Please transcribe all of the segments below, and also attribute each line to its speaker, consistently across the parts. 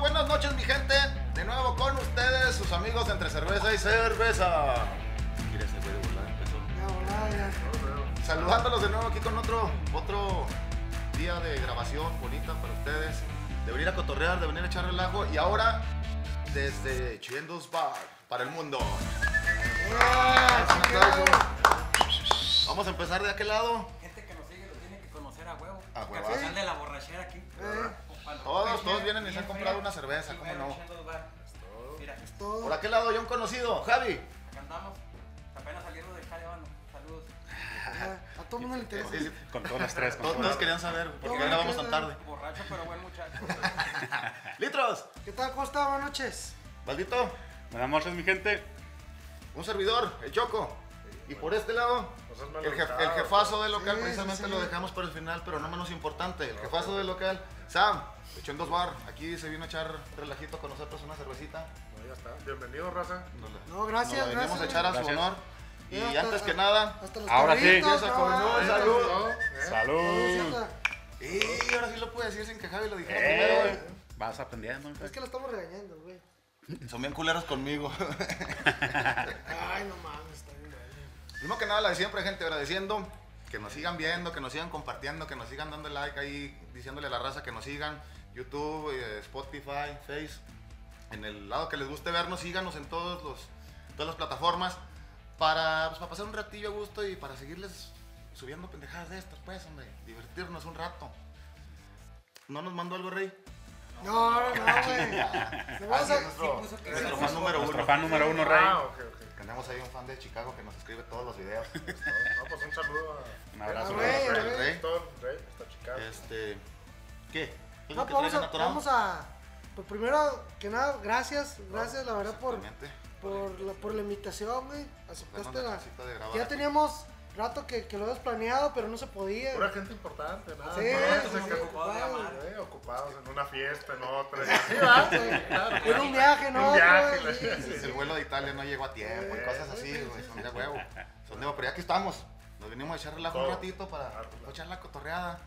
Speaker 1: buenas noches, mi gente. De nuevo con ustedes, sus amigos entre cerveza y cerveza.
Speaker 2: Mira ese güey de volada empezó.
Speaker 1: Saludándolos de nuevo aquí con otro, otro día de grabación bonita para ustedes. De venir a cotorrear, de venir a echar relajo. Y ahora, desde Chiendos Bar, para el mundo. Un aplauso. Vamos a empezar de aquel lado.
Speaker 3: Gente Este que nos sigue lo tiene que conocer a huevo.
Speaker 1: A
Speaker 3: Porque
Speaker 1: huevo.
Speaker 3: al final de la borrachera aquí.
Speaker 1: Todos, todos vienen y se han comprado una cerveza, ¿cómo no?
Speaker 3: Mira, acá
Speaker 1: Por aquel lado, ya un conocido, Javi.
Speaker 3: andamos. Apenas saliendo del jale, banda. Saludos.
Speaker 4: A todo mundo le interesa.
Speaker 1: Sí, sí.
Speaker 2: Con todos los tres. con
Speaker 1: Eh, Todos,
Speaker 2: todos
Speaker 1: todos
Speaker 2: los
Speaker 1: querían saber por qué
Speaker 4: Todos
Speaker 1: grabamos tan
Speaker 4: querían
Speaker 1: tarde.
Speaker 3: Borracho, pero buen muchacho.
Speaker 1: Litros,
Speaker 4: ¿Qué tal, ¿Cómo está? Buenas noches.
Speaker 1: maldito,
Speaker 2: tres. Buenas noches, mi gente.
Speaker 1: un servidor, el Choco. Y por este lado, el, jef- el jefazo del local,
Speaker 4: Sí,
Speaker 1: precisamente
Speaker 4: sí, sí.
Speaker 1: lo dejamos para el final, pero no menos importante, el jefazo del local, Sam, de Chondos Bar, aquí se vino a echar relajito con nosotros una cervecita.
Speaker 5: No, ya está. Bienvenido, raza.
Speaker 1: Nos la-
Speaker 4: No, gracias,
Speaker 1: nos la venimos
Speaker 4: gracias.
Speaker 1: a echar a su
Speaker 2: Gracias.
Speaker 1: honor. Y
Speaker 4: Ya está,
Speaker 1: antes que
Speaker 4: ah.
Speaker 1: nada,
Speaker 4: Hasta los
Speaker 2: Ahora sí.
Speaker 4: perritos,
Speaker 1: Empieza
Speaker 4: no,
Speaker 1: con un
Speaker 4: vale.
Speaker 1: saludo.
Speaker 2: ¡Salud!
Speaker 4: Saludcita.
Speaker 1: y ahora sí lo puedo decir sin que Javi lo dijera
Speaker 2: Eh,
Speaker 1: primero,
Speaker 2: Vas aprendiendo.
Speaker 4: Es que lo estamos regañando, güey.
Speaker 1: güey. Son bien culeros conmigo.
Speaker 4: Ay, no mames, está bien, güey.
Speaker 1: Primero que nada, la de siempre, gente, agradeciendo que nos sigan viendo, que nos sigan compartiendo, que nos sigan dando like ahí, diciéndole a la raza que nos sigan. YouTube, eh, Spotify, Face. En el lado que les guste vernos, síganos en todos los, todas las plataformas para, pues, para pasar un ratillo a gusto y para seguirles subiendo pendejadas de estas, pues, hombre, divertirnos un rato. ¿No nos mandó algo, Rey?
Speaker 4: No, no, no, güey. Nos vamos
Speaker 1: Así
Speaker 4: a-
Speaker 1: es nuestro,
Speaker 3: puso que
Speaker 1: nuestro
Speaker 3: era
Speaker 1: fan
Speaker 3: su-
Speaker 1: número
Speaker 2: Nuestro
Speaker 1: uno.
Speaker 2: fan número uno, Rey.
Speaker 5: Ah, ok, ok.
Speaker 1: Tenemos ahí un fan de Chicago que nos escribe todos los videos.
Speaker 5: No, pues un saludo a.
Speaker 2: Un abrazo.
Speaker 4: Ah, güey.
Speaker 5: a
Speaker 1: Rey.
Speaker 5: Houston, Rey, hasta Chicago.
Speaker 1: Este. ¿Qué? ¿Algo
Speaker 4: No,
Speaker 1: que
Speaker 4: pues vamos
Speaker 1: traigan
Speaker 4: a,
Speaker 1: atorado?
Speaker 4: vamos a- Pues primero que nada, gracias, gracias la verdad por,
Speaker 1: Exactamente.
Speaker 4: por, la, por la invitación, güey.
Speaker 1: Darnos la
Speaker 4: Aceptaste la.
Speaker 1: chancita de grabar
Speaker 4: Ya
Speaker 1: aquí.
Speaker 4: teníamos rato que, que lo habías planeado, pero no se podía.
Speaker 5: Pura gente importante, nada.
Speaker 4: Sí,
Speaker 5: más,
Speaker 4: sí,
Speaker 5: o sea,
Speaker 4: sí,
Speaker 5: que-
Speaker 4: ocupado de amar.
Speaker 5: eh, ocupados en una fiesta, en otra. y así, ¿verdad? Sí, claro,
Speaker 4: En
Speaker 5: claro.
Speaker 4: un viaje,
Speaker 5: En
Speaker 4: ¿no?
Speaker 5: un viaje,
Speaker 4: güey, sí,
Speaker 5: la-
Speaker 4: sí, sí.
Speaker 1: El vuelo de Italia no llegó a tiempo y cosas así, güey. Son de huevo. Son de huevo. Pero ya que estamos, nos venimos a echar relajo un
Speaker 5: Todo.
Speaker 1: ratito para
Speaker 5: Claro, claro.
Speaker 1: echar la cotorreada.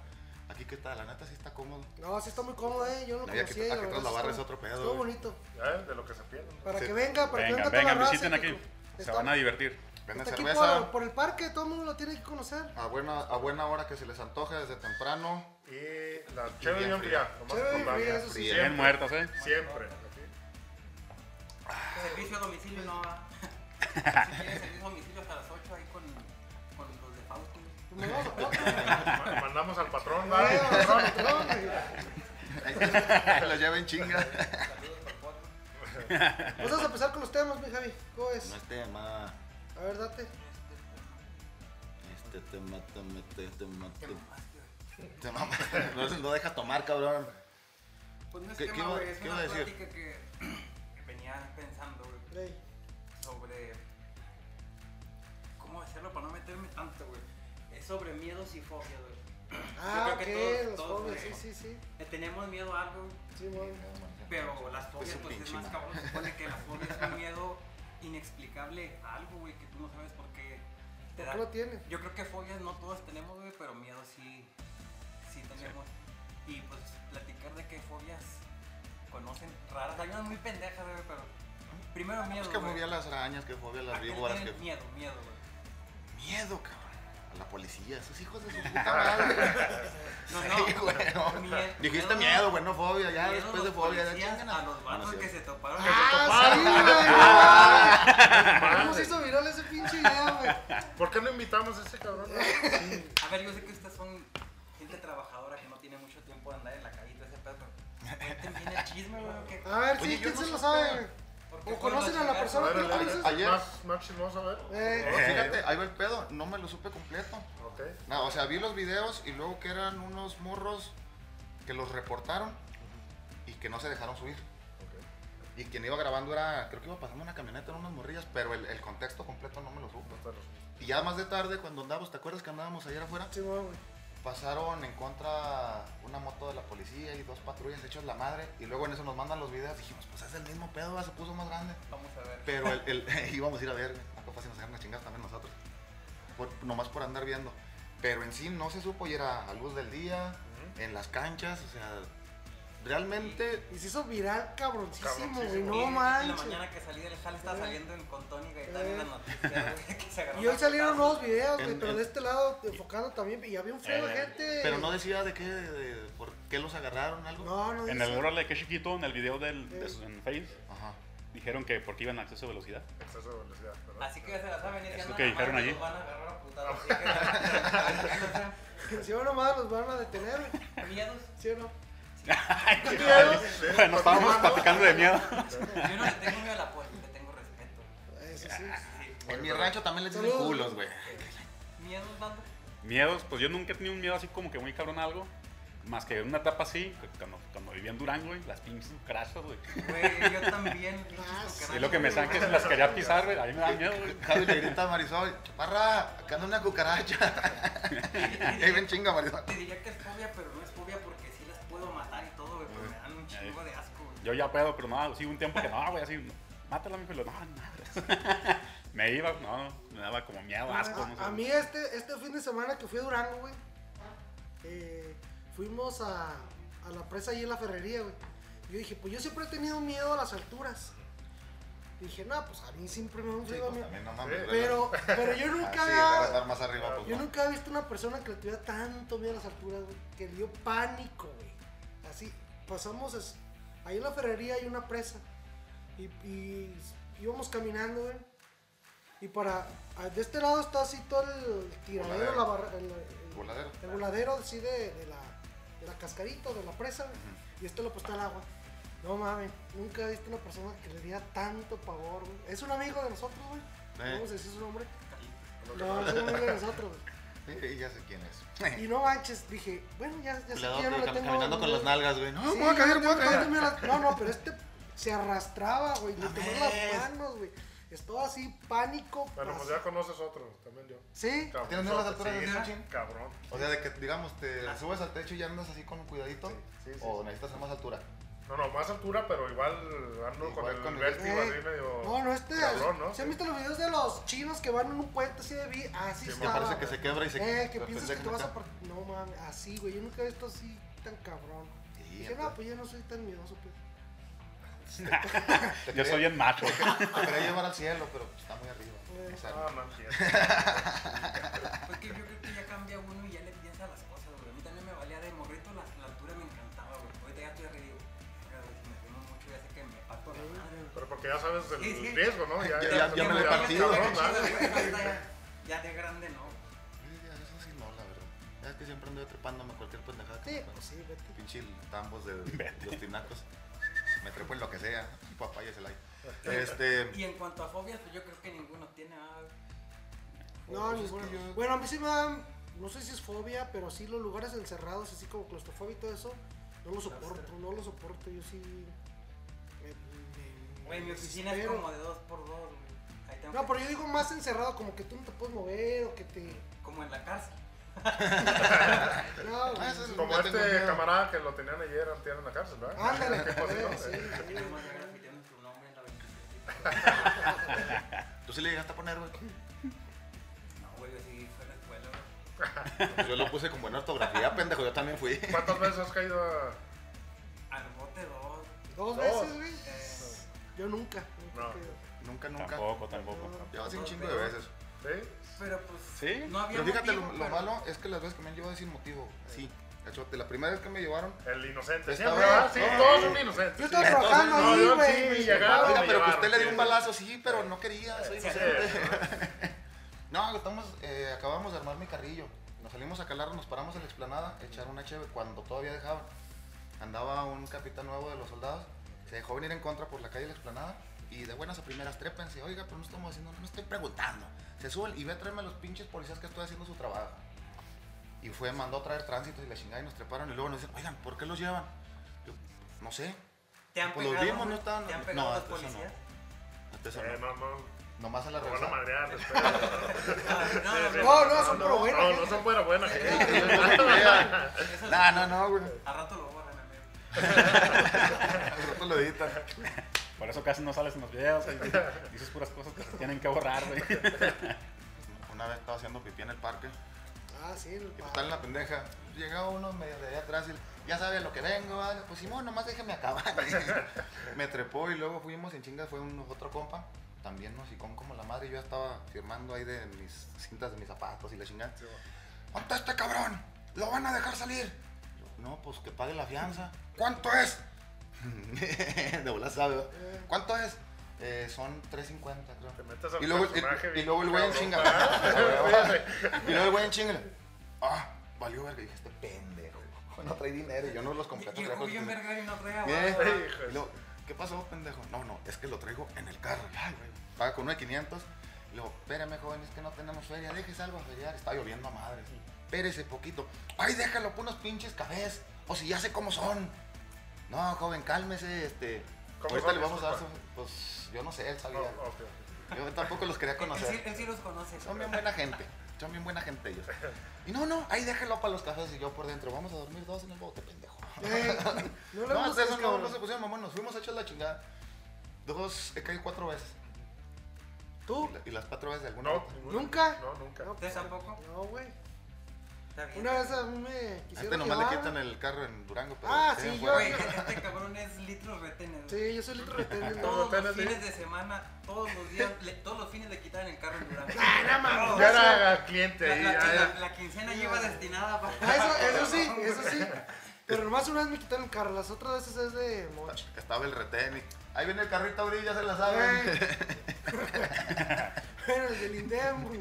Speaker 1: Aquí que está, la neta sí está cómodo.
Speaker 4: No, sí está muy cómodo, eh. Yo no
Speaker 1: No,
Speaker 4: lo
Speaker 1: ya que-
Speaker 4: conocía. y
Speaker 1: ah, que
Speaker 4: verdad
Speaker 1: tras la
Speaker 4: sí
Speaker 1: barra
Speaker 4: está-
Speaker 1: es otro pedo,
Speaker 4: Estuvo
Speaker 1: güey.
Speaker 4: bonito.
Speaker 5: Ya, De lo que se pierden.
Speaker 4: Para
Speaker 1: Sí.
Speaker 4: que venga, para que venga
Speaker 2: Vengan,
Speaker 4: toda
Speaker 2: vengan,
Speaker 4: la raza.
Speaker 2: visiten
Speaker 4: y que-
Speaker 2: aquí. Se
Speaker 4: está-
Speaker 2: van a divertir.
Speaker 1: Venden
Speaker 4: Está aquí
Speaker 1: cerveza
Speaker 4: por, por el parque, todo el mundo lo tiene que conocer.
Speaker 1: a buena, a buena hora que se les antoje desde temprano.
Speaker 5: Y la chévere
Speaker 1: bien
Speaker 5: bien fría.
Speaker 1: fría.
Speaker 5: lo más
Speaker 4: Chévere bien
Speaker 5: importante.
Speaker 4: fría, eso sí.
Speaker 1: Fría.
Speaker 2: Bien muertos, ¿eh?
Speaker 5: Siempre.
Speaker 3: Servicio a domicilio no va. Si quieres servicio a domicilio hasta las 8 ahí con, con los de Fausto.
Speaker 4: Nos vamos a otro,
Speaker 5: Ma- Mandamos al patrón,
Speaker 4: güey,
Speaker 5: ¿vale?
Speaker 4: vamos a otro, güey.
Speaker 1: se las lleven chinga.
Speaker 3: Saludos al Potro.
Speaker 4: Pues Vamos a empezar con los temas, mi Javi. ¿Cómo es?
Speaker 1: No es tema.
Speaker 4: A ver, date.
Speaker 1: Este tema, tema, este tema, te- te mamas. No, no deja tomar, cabrón.
Speaker 3: Pues no es
Speaker 1: ¿Qué-
Speaker 3: tema,
Speaker 1: qué iba-
Speaker 3: güey, es
Speaker 1: qué
Speaker 3: una
Speaker 1: iba a decir?
Speaker 3: plática que, que venía pensando, güey,
Speaker 4: Rey.
Speaker 3: sobre cómo hacerlo para no meterme tanto, güey. Es sobre miedos y fobias, güey.
Speaker 4: Ah,
Speaker 3: Yo creo
Speaker 4: ok,
Speaker 3: que todos-
Speaker 4: los
Speaker 3: todos,
Speaker 4: jóvenes.
Speaker 3: güey,
Speaker 4: Sí, sí, sí.
Speaker 3: le tenemos miedo a algo, güey,
Speaker 4: Sí, bueno.
Speaker 3: pero las fobias
Speaker 1: un
Speaker 3: pues, es
Speaker 1: pinche
Speaker 3: más
Speaker 1: mal.
Speaker 3: cabrón. Se supone que las fobias es un miedo inexplicable a algo, güey, que tú no sabes por qué te
Speaker 4: ¿Por
Speaker 3: da.
Speaker 4: qué lo tiene?
Speaker 3: Yo creo que fobias no todas tenemos, güey, pero miedo sí, sí tenemos. Y pues platicar de qué fobias conocen raras. Hay unas muy pendejas, güey, pero primero miedo.
Speaker 1: Es que
Speaker 3: güey.
Speaker 1: fobia a las arañas, que fobia a
Speaker 3: ¿A
Speaker 1: las
Speaker 3: qué le
Speaker 1: víboras,
Speaker 3: tienes
Speaker 1: que
Speaker 3: Miedo, miedo, güey.
Speaker 1: Miedo, cabrón. A la policía, esos hijos de su puta madre.
Speaker 3: No, no,
Speaker 1: Sí, güey, no.
Speaker 3: mie-
Speaker 1: Dijiste miedo, güey, no fobia, ya
Speaker 3: miedo a
Speaker 1: después de
Speaker 3: los
Speaker 1: fobia, ya
Speaker 3: policías,
Speaker 1: chingan
Speaker 3: a los vatos
Speaker 1: no,
Speaker 3: que se toparon.
Speaker 1: Ah.
Speaker 4: ¡Ah, sí, güey! ¿Cómo se hizo viral ese pinche video, güey?
Speaker 5: ¿Por qué no invitamos a ese cabrón?
Speaker 3: A ver, yo sé que ustedes son gente trabajadora que no tiene mucho tiempo de andar en la calle y todo ese pedo. pero Cuenten bien el chisme, güey. que-
Speaker 4: A ver,
Speaker 1: Oye,
Speaker 4: sí,
Speaker 1: yo
Speaker 4: ¿quién
Speaker 1: no
Speaker 4: se lo
Speaker 1: supe.
Speaker 4: sabe, güey?
Speaker 3: porque
Speaker 4: Ah, ¿O
Speaker 3: fue
Speaker 4: conocen
Speaker 3: los
Speaker 4: a la
Speaker 3: chingados,
Speaker 4: persona?
Speaker 5: A ver,
Speaker 4: ¿Qué
Speaker 5: el- el-
Speaker 4: dices?
Speaker 1: Ayer.
Speaker 5: Más, más chismoso, a ver.
Speaker 4: Eh,
Speaker 1: No, fíjate, ahí va el pedo, no me lo supe completo.
Speaker 5: Ok.
Speaker 1: No, o sea, vi los videos y luego que eran unos morros que los reportaron y que no se dejaron subir. Y quien iba grabando era, creo que iba pasando una camioneta en unas morrillas, pero el, el contexto completo no me lo supe. Y ya más de tarde, cuando andábamos, ¿te acuerdas que andábamos ayer afuera?
Speaker 4: Sí, güey.
Speaker 1: pasaron en contra una moto de la policía y dos patrullas hechos la madre. Y luego en eso nos mandan los videos. Dijimos, pues es el mismo pedo, va, se puso más grande.
Speaker 3: Vamos a ver.
Speaker 1: Pero el, el- íbamos a ir a ver, acá fácil nos agarran a chingar también nosotros. Por- nomás por andar viendo. Pero en sí no se supo y era a luz del día, en las canchas, o sea, realmente
Speaker 4: Y se hizo viral cabroncísimo, güey.
Speaker 5: Cabroncísimo.
Speaker 4: No
Speaker 3: En la
Speaker 4: manches.
Speaker 3: mañana que salí del jale estaba
Speaker 4: Eh.
Speaker 3: saliendo en- con Tony Gaitán en la
Speaker 4: Eh.
Speaker 3: noticia, güey, que se agarró
Speaker 4: Y hoy
Speaker 3: la
Speaker 4: salieron
Speaker 3: patada.
Speaker 4: nuevos videos, güey,
Speaker 1: En-
Speaker 4: pero
Speaker 1: en-
Speaker 4: de este lado enfocando también. Y había un frío de
Speaker 2: Eh,
Speaker 4: gente.
Speaker 1: Pero no decía de qué, de, de por qué los agarraron, algo.
Speaker 4: No, no
Speaker 2: En
Speaker 4: dice.
Speaker 2: el Órale, qué chiquito, en el video del, de sus- en Face,
Speaker 1: Ajá.
Speaker 2: dijeron que porque iban a acceso de velocidad.
Speaker 5: Exceso de velocidad, ¿verdad?
Speaker 3: Así que ya se la saben,
Speaker 2: Es
Speaker 3: ya
Speaker 2: lo
Speaker 3: andan
Speaker 2: que
Speaker 3: a
Speaker 2: dijeron
Speaker 3: mano,
Speaker 2: allí.
Speaker 3: los van a agarrar a putazos, así que-
Speaker 4: Si no nomás los van a detener, güey.
Speaker 3: Miedos.
Speaker 4: ¿Sí o no?
Speaker 2: Nos estábamos platicando de miedo.
Speaker 3: Yo no le tengo miedo a la puerta, le tengo respeto.
Speaker 4: Eso sí.
Speaker 2: Ah,
Speaker 3: Sí.
Speaker 1: En mi rancho también les dicen
Speaker 4: Saludos.
Speaker 1: culos, güey.
Speaker 3: Miedos, banda.
Speaker 2: Miedos, pues yo nunca he tenido un miedo así como que muy cabrón a algo. Más que en una etapa así, que cuando, cuando vivía en Durango, güey, las pinches cucarachas, güey.
Speaker 3: Güey, yo también.
Speaker 4: Ah, sí,
Speaker 2: Y lo que me saben que se las quería pisar, güey, a mí me da miedo, güey.
Speaker 1: Javi le grita a Marisol, chaparra, acá anda una cucaracha. Ey, ven chinga, Marisol.
Speaker 3: Te diría que es fobia, pero no es fobia porque sí las puedo matar y todo, güey, pero me dan un chingo de asco, güey.
Speaker 2: Yo ya pedo, pero no, sí, un tiempo que no, güey, así, no, mátala, mijo, y lo, no, madre. Me iba, no, me daba como miedo, asco, no sé.
Speaker 4: A, a mí este, este fin de semana que fui a Durango, güey, eh, fuimos a, a la presa ahí en la ferrería, güey. Yo dije, pues yo siempre he tenido miedo a las alturas. Dije, no, pues a mí siempre me da un
Speaker 1: Sí,
Speaker 4: frío,
Speaker 1: pues,
Speaker 4: miedo.
Speaker 1: también no mames.
Speaker 5: Sí.
Speaker 4: Pero, pero yo
Speaker 1: Ah, sí,
Speaker 4: nunca
Speaker 1: para
Speaker 4: había,
Speaker 1: andar más arriba, pues
Speaker 4: yo
Speaker 1: no.
Speaker 4: nunca he visto una persona que le tuviera tanto miedo a las alturas, güey, que le dio pánico, güey. Así, pasamos, es- ahí en la ferrería hay una presa. Y, y íbamos caminando, güey. Y para, a- de este lado está así todo el tiradero,
Speaker 1: Voladero.
Speaker 4: la barra- el, el-
Speaker 1: Voladero.
Speaker 4: el voladero así de, de la, de la cascarita, de la presa, güey. Y este lo pues está el agua. No mames, nunca he visto una persona que le diera tanto pavor, güey. Es un amigo de nosotros, güey.
Speaker 1: Eh.
Speaker 4: Vamos a decir su nombre.
Speaker 5: Lo que
Speaker 4: No, es un amigo de nosotros, güey.
Speaker 1: Sí, ya sé quién es.
Speaker 4: Y no manches, dije, bueno, ya, ya sé que
Speaker 1: Eh. Cuidado,
Speaker 4: ya no
Speaker 1: cam-
Speaker 4: le tengo...
Speaker 1: caminando con las nalgas, güey. No,
Speaker 4: Sí,
Speaker 1: voy a caer,
Speaker 4: yo
Speaker 1: voy a
Speaker 4: tengo-
Speaker 1: caer.
Speaker 4: yo tengo las- No, no, pero este se arrastraba, güey. Le tomó las
Speaker 1: Mames.
Speaker 4: manos, güey. Estaba así, pánico.
Speaker 5: Bueno,
Speaker 4: pas-
Speaker 5: pues ya conoces otro, también yo.
Speaker 4: Sí,
Speaker 1: ¿Tienes miedo a las alturas de
Speaker 5: Sí,
Speaker 1: Sachin?
Speaker 5: Cabrón.
Speaker 1: O sea, de que, digamos, te subes al techo y ya andas así con cuidadito.
Speaker 5: Sí, sí, sí,
Speaker 1: o
Speaker 5: sí.
Speaker 1: necesitas hacer más altura.
Speaker 5: No, no, más altura, pero igual ando con
Speaker 1: Igual
Speaker 5: el
Speaker 1: con el-
Speaker 5: vértigo
Speaker 4: Eh,
Speaker 5: así medio.
Speaker 4: No, no, este.
Speaker 5: Cabrón, ¿no?
Speaker 4: ¿Se han visto los videos de los chinos que van en un puente así de vi? Así
Speaker 5: Sí, me
Speaker 1: Que
Speaker 4: estaba.
Speaker 1: parece que se quebra y se
Speaker 4: Eh, que
Speaker 1: de
Speaker 4: piensas que
Speaker 1: repente
Speaker 4: te vas
Speaker 1: acá.
Speaker 4: a partir. No mames, así, güey. Yo nunca he visto así tan cabrón.
Speaker 1: Sí,
Speaker 4: Dije, no, pues yo no soy tan miedoso, pues.
Speaker 1: te
Speaker 2: Yo
Speaker 1: quería-
Speaker 2: soy bien macho.
Speaker 1: te quería llevar al cielo, pero pues, está muy arriba.
Speaker 4: Eh.
Speaker 1: O sea,
Speaker 5: Ah, no, entiendo.
Speaker 3: Pues que yo creo que ya cambia uno y ya le piensa las cosas, güey. A mí también me valía de morrito, la, la altura me encantaba, güey. Ahorita ya estoy arriba, Oiga, güey, si me fumo mucho ya sé que me parto la madre, güey.
Speaker 5: Pero porque ya sabes el
Speaker 3: Sí, sí.
Speaker 5: riesgo, ¿no? Ya,
Speaker 1: Ya-
Speaker 5: ya,
Speaker 1: ya me lo he
Speaker 5: ya-
Speaker 1: partido.
Speaker 5: cabrón, ¿verdad?
Speaker 3: Ya, ya de grande no.
Speaker 1: sí, eso sí no, la verdad. Ya es que siempre ando yo trepándome a cualquier pendejada. que
Speaker 4: Sí,
Speaker 1: me-
Speaker 4: pues sí, vete.
Speaker 1: pinche tambos de los tinacos. Me trepo en lo que sea. Papaya es el aire. Este.
Speaker 3: Y en cuanto a fobias, pues yo creo que ninguno tiene ah, nada.
Speaker 4: No,
Speaker 1: pues es
Speaker 4: ninguno.
Speaker 1: que yo-
Speaker 4: Bueno, a mí sí me dan. No sé si es fobia, pero sí los lugares encerrados, así como claustrofobia y todo eso. No lo soporto, no lo soporto. Yo sí. me- me-
Speaker 3: Güey, mi
Speaker 4: me
Speaker 3: oficina es
Speaker 4: desespero.
Speaker 3: como de dos por dos, güey. Ahí tengo
Speaker 4: No,
Speaker 3: que-
Speaker 4: pero yo digo más encerrado, como que tú no te puedes mover o que te.
Speaker 3: Como en la cárcel.
Speaker 4: No, güey.
Speaker 1: Ah, eso es-
Speaker 5: Como
Speaker 1: Ya tengo
Speaker 5: este
Speaker 1: miedo.
Speaker 5: camarada que lo tenían ayer, antier en la cárcel, ¿verdad?
Speaker 1: Ah.
Speaker 4: Ándale,
Speaker 5: Qué cosita,
Speaker 4: eh, sí,
Speaker 5: eh.
Speaker 4: sí,
Speaker 3: Yo nomás
Speaker 4: güey.
Speaker 3: llegué repitiendo su nombre en la 27.
Speaker 1: ¿Tú sí le llegaste a poner, güey?
Speaker 3: No, güey, yo sí fue a la escuela, güey.
Speaker 1: Pues yo lo puse con buena ortografía, pendejo. Yo también fui.
Speaker 5: ¿Cuántas veces has caído a.?
Speaker 3: Al bote dos.
Speaker 4: Dos
Speaker 5: Dos.
Speaker 4: veces, güey.
Speaker 3: eh,
Speaker 4: Yo nunca. nunca
Speaker 5: No.
Speaker 4: que-
Speaker 1: Nunca, nunca.
Speaker 2: Tampoco, tampoco.
Speaker 1: Yo sí un chingo de veces.
Speaker 5: ¿Sí?
Speaker 3: pero pues.
Speaker 2: Sí,
Speaker 3: No había
Speaker 1: Pero fíjate, lo,
Speaker 3: motivo,
Speaker 1: lo
Speaker 3: pero-
Speaker 1: malo es que las veces que me han llevado es sin motivo. Sí. Cachote, la primera vez que me llevaron.
Speaker 5: El inocente.
Speaker 1: Esta
Speaker 5: Siempre,
Speaker 1: vez,
Speaker 5: ¿verdad? Sí,
Speaker 1: no.
Speaker 5: todos son inocentes.
Speaker 4: Yo estaba trabajando
Speaker 5: no,
Speaker 4: ahí,
Speaker 5: yo
Speaker 4: güey.
Speaker 5: sí,
Speaker 4: me
Speaker 5: llegaron.
Speaker 4: llevaba.
Speaker 1: Oiga, pero que usted le dio
Speaker 5: llevaron,
Speaker 1: un balazo, sí, pero no quería. Soy
Speaker 3: Sí.
Speaker 1: inocente. No, estamos, eh, acabamos de armar mi carrillo. Nos salimos a calar, nos paramos en la explanada, echar una cheve cuando todavía dejaban. Andaba un capitán nuevo de los soldados, se dejó venir en contra por la calle de la explanada y de buenas a primeras trépense. Oiga, pero no estamos haciendo, no estoy preguntando. Se suben y ve a traerme a los pinches policías que estoy haciendo su trabajo. Y fue, mandó a traer tránsito y la chingada y nos treparon y luego nos dicen, oigan, ¿por qué los llevan? Yo, no sé,
Speaker 3: ¿Te han
Speaker 1: Pues
Speaker 3: pegado?
Speaker 1: los vimos, no estaban-
Speaker 3: ¿Te han
Speaker 1: no,
Speaker 3: pegado los
Speaker 1: hasta eso no.
Speaker 3: policías?
Speaker 1: hasta eso
Speaker 5: Eh,
Speaker 1: no.
Speaker 5: no, no.
Speaker 1: Nomás a la
Speaker 5: Lo van a
Speaker 1: regresada.
Speaker 5: madrear después.
Speaker 3: Ah, No,
Speaker 5: Sí, sí.
Speaker 4: No, no, son pura buena
Speaker 5: No, no
Speaker 4: gente.
Speaker 5: son pura buena gente.
Speaker 3: eso-
Speaker 1: No, no, no, güey.
Speaker 3: A rato lo borran, amigo.
Speaker 1: Al rato lo editan.
Speaker 2: Por eso casi no sales en los videos, güey. dices puras cosas que se tienen que borrar, güey.
Speaker 1: Una vez estaba haciendo pipí en el parque.
Speaker 4: Ah, sí, el
Speaker 1: Y pues, está en
Speaker 4: padre.
Speaker 1: la pendeja. Llegaba uno medio de allá atrás y ya sabes lo que vengo, ¿verdad? pues Simón, nomás déjame acabar. me trepó y luego fuimos en chingas, fue un otro compa, también nos con como la madre, yo ya estaba firmando ahí de mis cintas de mis zapatos y la chingada.
Speaker 5: Sí, güey.
Speaker 1: ¿Cuánto este cabrón? ¿Lo van a dejar salir? Yo, no, pues que pague la fianza. ¿Cuánto es? de bola sabe. ¿verdad? ¿Cuánto es? Eh, son 3.50,
Speaker 5: Te
Speaker 1: creo.
Speaker 5: metes al
Speaker 1: Y luego,
Speaker 5: personaje
Speaker 1: y- y
Speaker 5: bien
Speaker 1: luego el güey en
Speaker 5: cabrón, Ah,
Speaker 1: chinga.
Speaker 5: ¿verdad?
Speaker 1: y luego el güey en chinga. Ah, valió verga. Y dije, este pendejo. No trae dinero. Y yo no los compré.
Speaker 3: Y- y el
Speaker 1: traigo-
Speaker 3: Julio Vergara y no trae
Speaker 1: Bien.
Speaker 3: abogado.
Speaker 5: Hijo de
Speaker 1: Y luego, ¿qué pasó, pendejo? No, no, es que lo traigo en el carro. Ay, güey. Paga con uno de 500. Y luego, espérame, joven, es que no tenemos feria. Déjese algo a feriar. Está lloviendo a madre. Espérese poquito. Ay, déjalo por unos pinches cafés. O si ya sé cómo son. No, joven, cálmese. Este.
Speaker 5: ¿Cómo
Speaker 1: Ahorita
Speaker 5: son? Oh,
Speaker 1: le vamos a dar su.
Speaker 5: Disculpa.
Speaker 1: Pues yo no sé, él sabía.
Speaker 5: No, ok.
Speaker 1: Yo tampoco los quería
Speaker 3: Él sí-
Speaker 1: conocer.
Speaker 3: él sí los conoce.
Speaker 1: Son bien buena gente. Son bien buena gente ellos. Y no, no, ahí déjalo para los cafés y yo por dentro. Vamos a dormir dos en el bote, pendejo.
Speaker 4: Eh, no le
Speaker 1: No,
Speaker 4: busques,
Speaker 1: hasta eso no,
Speaker 4: cabrón.
Speaker 1: no se pusieron mamón, nos fuimos hechos la chingada. Dos, he caído cuatro veces.
Speaker 4: ¿Tú?
Speaker 1: Y, la- y las cuatro veces de alguna.
Speaker 5: No,
Speaker 1: otra. este
Speaker 5: ninguna.
Speaker 4: ¿Nunca?
Speaker 5: No, nunca.
Speaker 4: No,
Speaker 3: ¿Ustedes tampoco?
Speaker 4: No, güey.
Speaker 3: Está bien.
Speaker 4: Una vez a mí me
Speaker 1: A
Speaker 4: quisieron
Speaker 1: este nomás le
Speaker 4: llevar.
Speaker 1: quitan el carro en Durango, pero.
Speaker 4: Ah,
Speaker 1: se
Speaker 4: sí,
Speaker 1: fue.
Speaker 4: yo-
Speaker 3: Güey, este cabrón es litros retenes. güey.
Speaker 4: Sí, yo soy el otro retén.
Speaker 5: Todo.
Speaker 4: No,
Speaker 3: Todos
Speaker 5: retenes,
Speaker 3: los
Speaker 5: sí.
Speaker 3: fines de semana, todos los días, le- todos los fines le quitaban el carro en Durango.
Speaker 4: Ah, no mames.
Speaker 3: Todos.
Speaker 5: Ya era cliente
Speaker 3: La,
Speaker 4: Este,
Speaker 5: ahí,
Speaker 3: la-
Speaker 5: ya,
Speaker 3: la-
Speaker 5: ya.
Speaker 3: la quincena lleva destinada
Speaker 4: Ah,
Speaker 3: para.
Speaker 4: eso, eso sí, eso sí. Pero nomás una vez me quitaron el carro, las otras veces es de mocha.
Speaker 1: Estaba el retén. y- Ahí viene el carrito abril, ya se la saben.
Speaker 4: Güey. Bueno, el del INDEM, güey.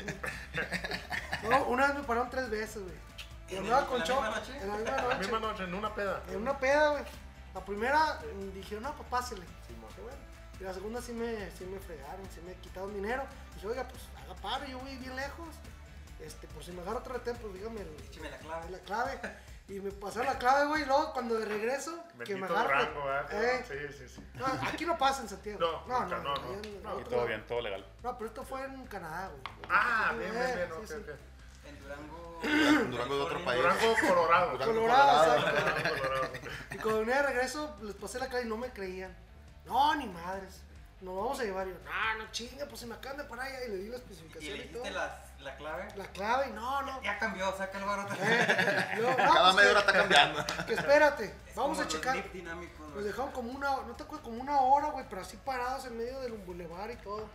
Speaker 4: No, una vez me pararon tres veces, güey. Y
Speaker 3: ¿En
Speaker 4: andaba
Speaker 3: el-
Speaker 4: con
Speaker 3: la
Speaker 4: Choco.
Speaker 3: misma noche?
Speaker 4: En la misma
Speaker 5: La
Speaker 4: noche.
Speaker 5: misma noche, en una peda.
Speaker 4: En una peda, güey. La primera mm, dije, no, pues pásele. Dije, bueno. Y la segunda sí me, sí me fregaron, sí me quitaron dinero. Dije, oiga, pues haga paro, yo voy bien lejos. Este, por si me agarro otro retén, pues dígame el-
Speaker 3: Écheme la clave.
Speaker 4: la clave. Y me pasaron la clave, güey. Y luego cuando de regreso, que me
Speaker 5: Bendito
Speaker 4: agarro.
Speaker 5: Durango, ¿verdad?
Speaker 4: eh,
Speaker 5: Sí, sí, sí.
Speaker 4: no, aquí no pasa en Santiago.
Speaker 5: No, nunca, no, no.
Speaker 4: allá en el
Speaker 5: No,
Speaker 4: otro
Speaker 2: Y todo
Speaker 4: lado.
Speaker 2: bien, todo legal.
Speaker 4: No, pero esto fue en Canadá, güey.
Speaker 5: Ah, bien,
Speaker 4: Eh,
Speaker 5: bien, bien,
Speaker 4: sí,
Speaker 5: ok,
Speaker 4: sí.
Speaker 5: ok.
Speaker 3: En Durango.
Speaker 1: Durango de otro país.
Speaker 5: Durango, Colorado.
Speaker 1: Durango,
Speaker 4: Colorado,
Speaker 1: Colorado.
Speaker 4: exacto.
Speaker 5: Durango, Colorado.
Speaker 4: Y cuando venía de regreso, les pasé la clave y no me creían. No, ni madres. Nos vamos a llevar. Y yo, no, no chinga, pues se me acaban de parar allá. Y le di la
Speaker 3: Y
Speaker 4: especificación
Speaker 3: le
Speaker 4: y, todo.
Speaker 3: dijiste las- la clave.
Speaker 4: La clave, y no, no.
Speaker 3: Ya cambió, saca el bar otra vez.
Speaker 4: Eh, luego, no,
Speaker 1: Cada
Speaker 4: pues
Speaker 1: media
Speaker 4: que-
Speaker 1: hora está cambiando.
Speaker 4: Que espérate,
Speaker 3: Es
Speaker 4: vamos
Speaker 3: como
Speaker 4: a
Speaker 3: los
Speaker 4: checar.
Speaker 3: Nip dinámicos,
Speaker 4: Nos
Speaker 3: güey.
Speaker 4: dejaron como una, no te acuerdas, como una hora, güey, pero así parados en medio del bulevar y todo.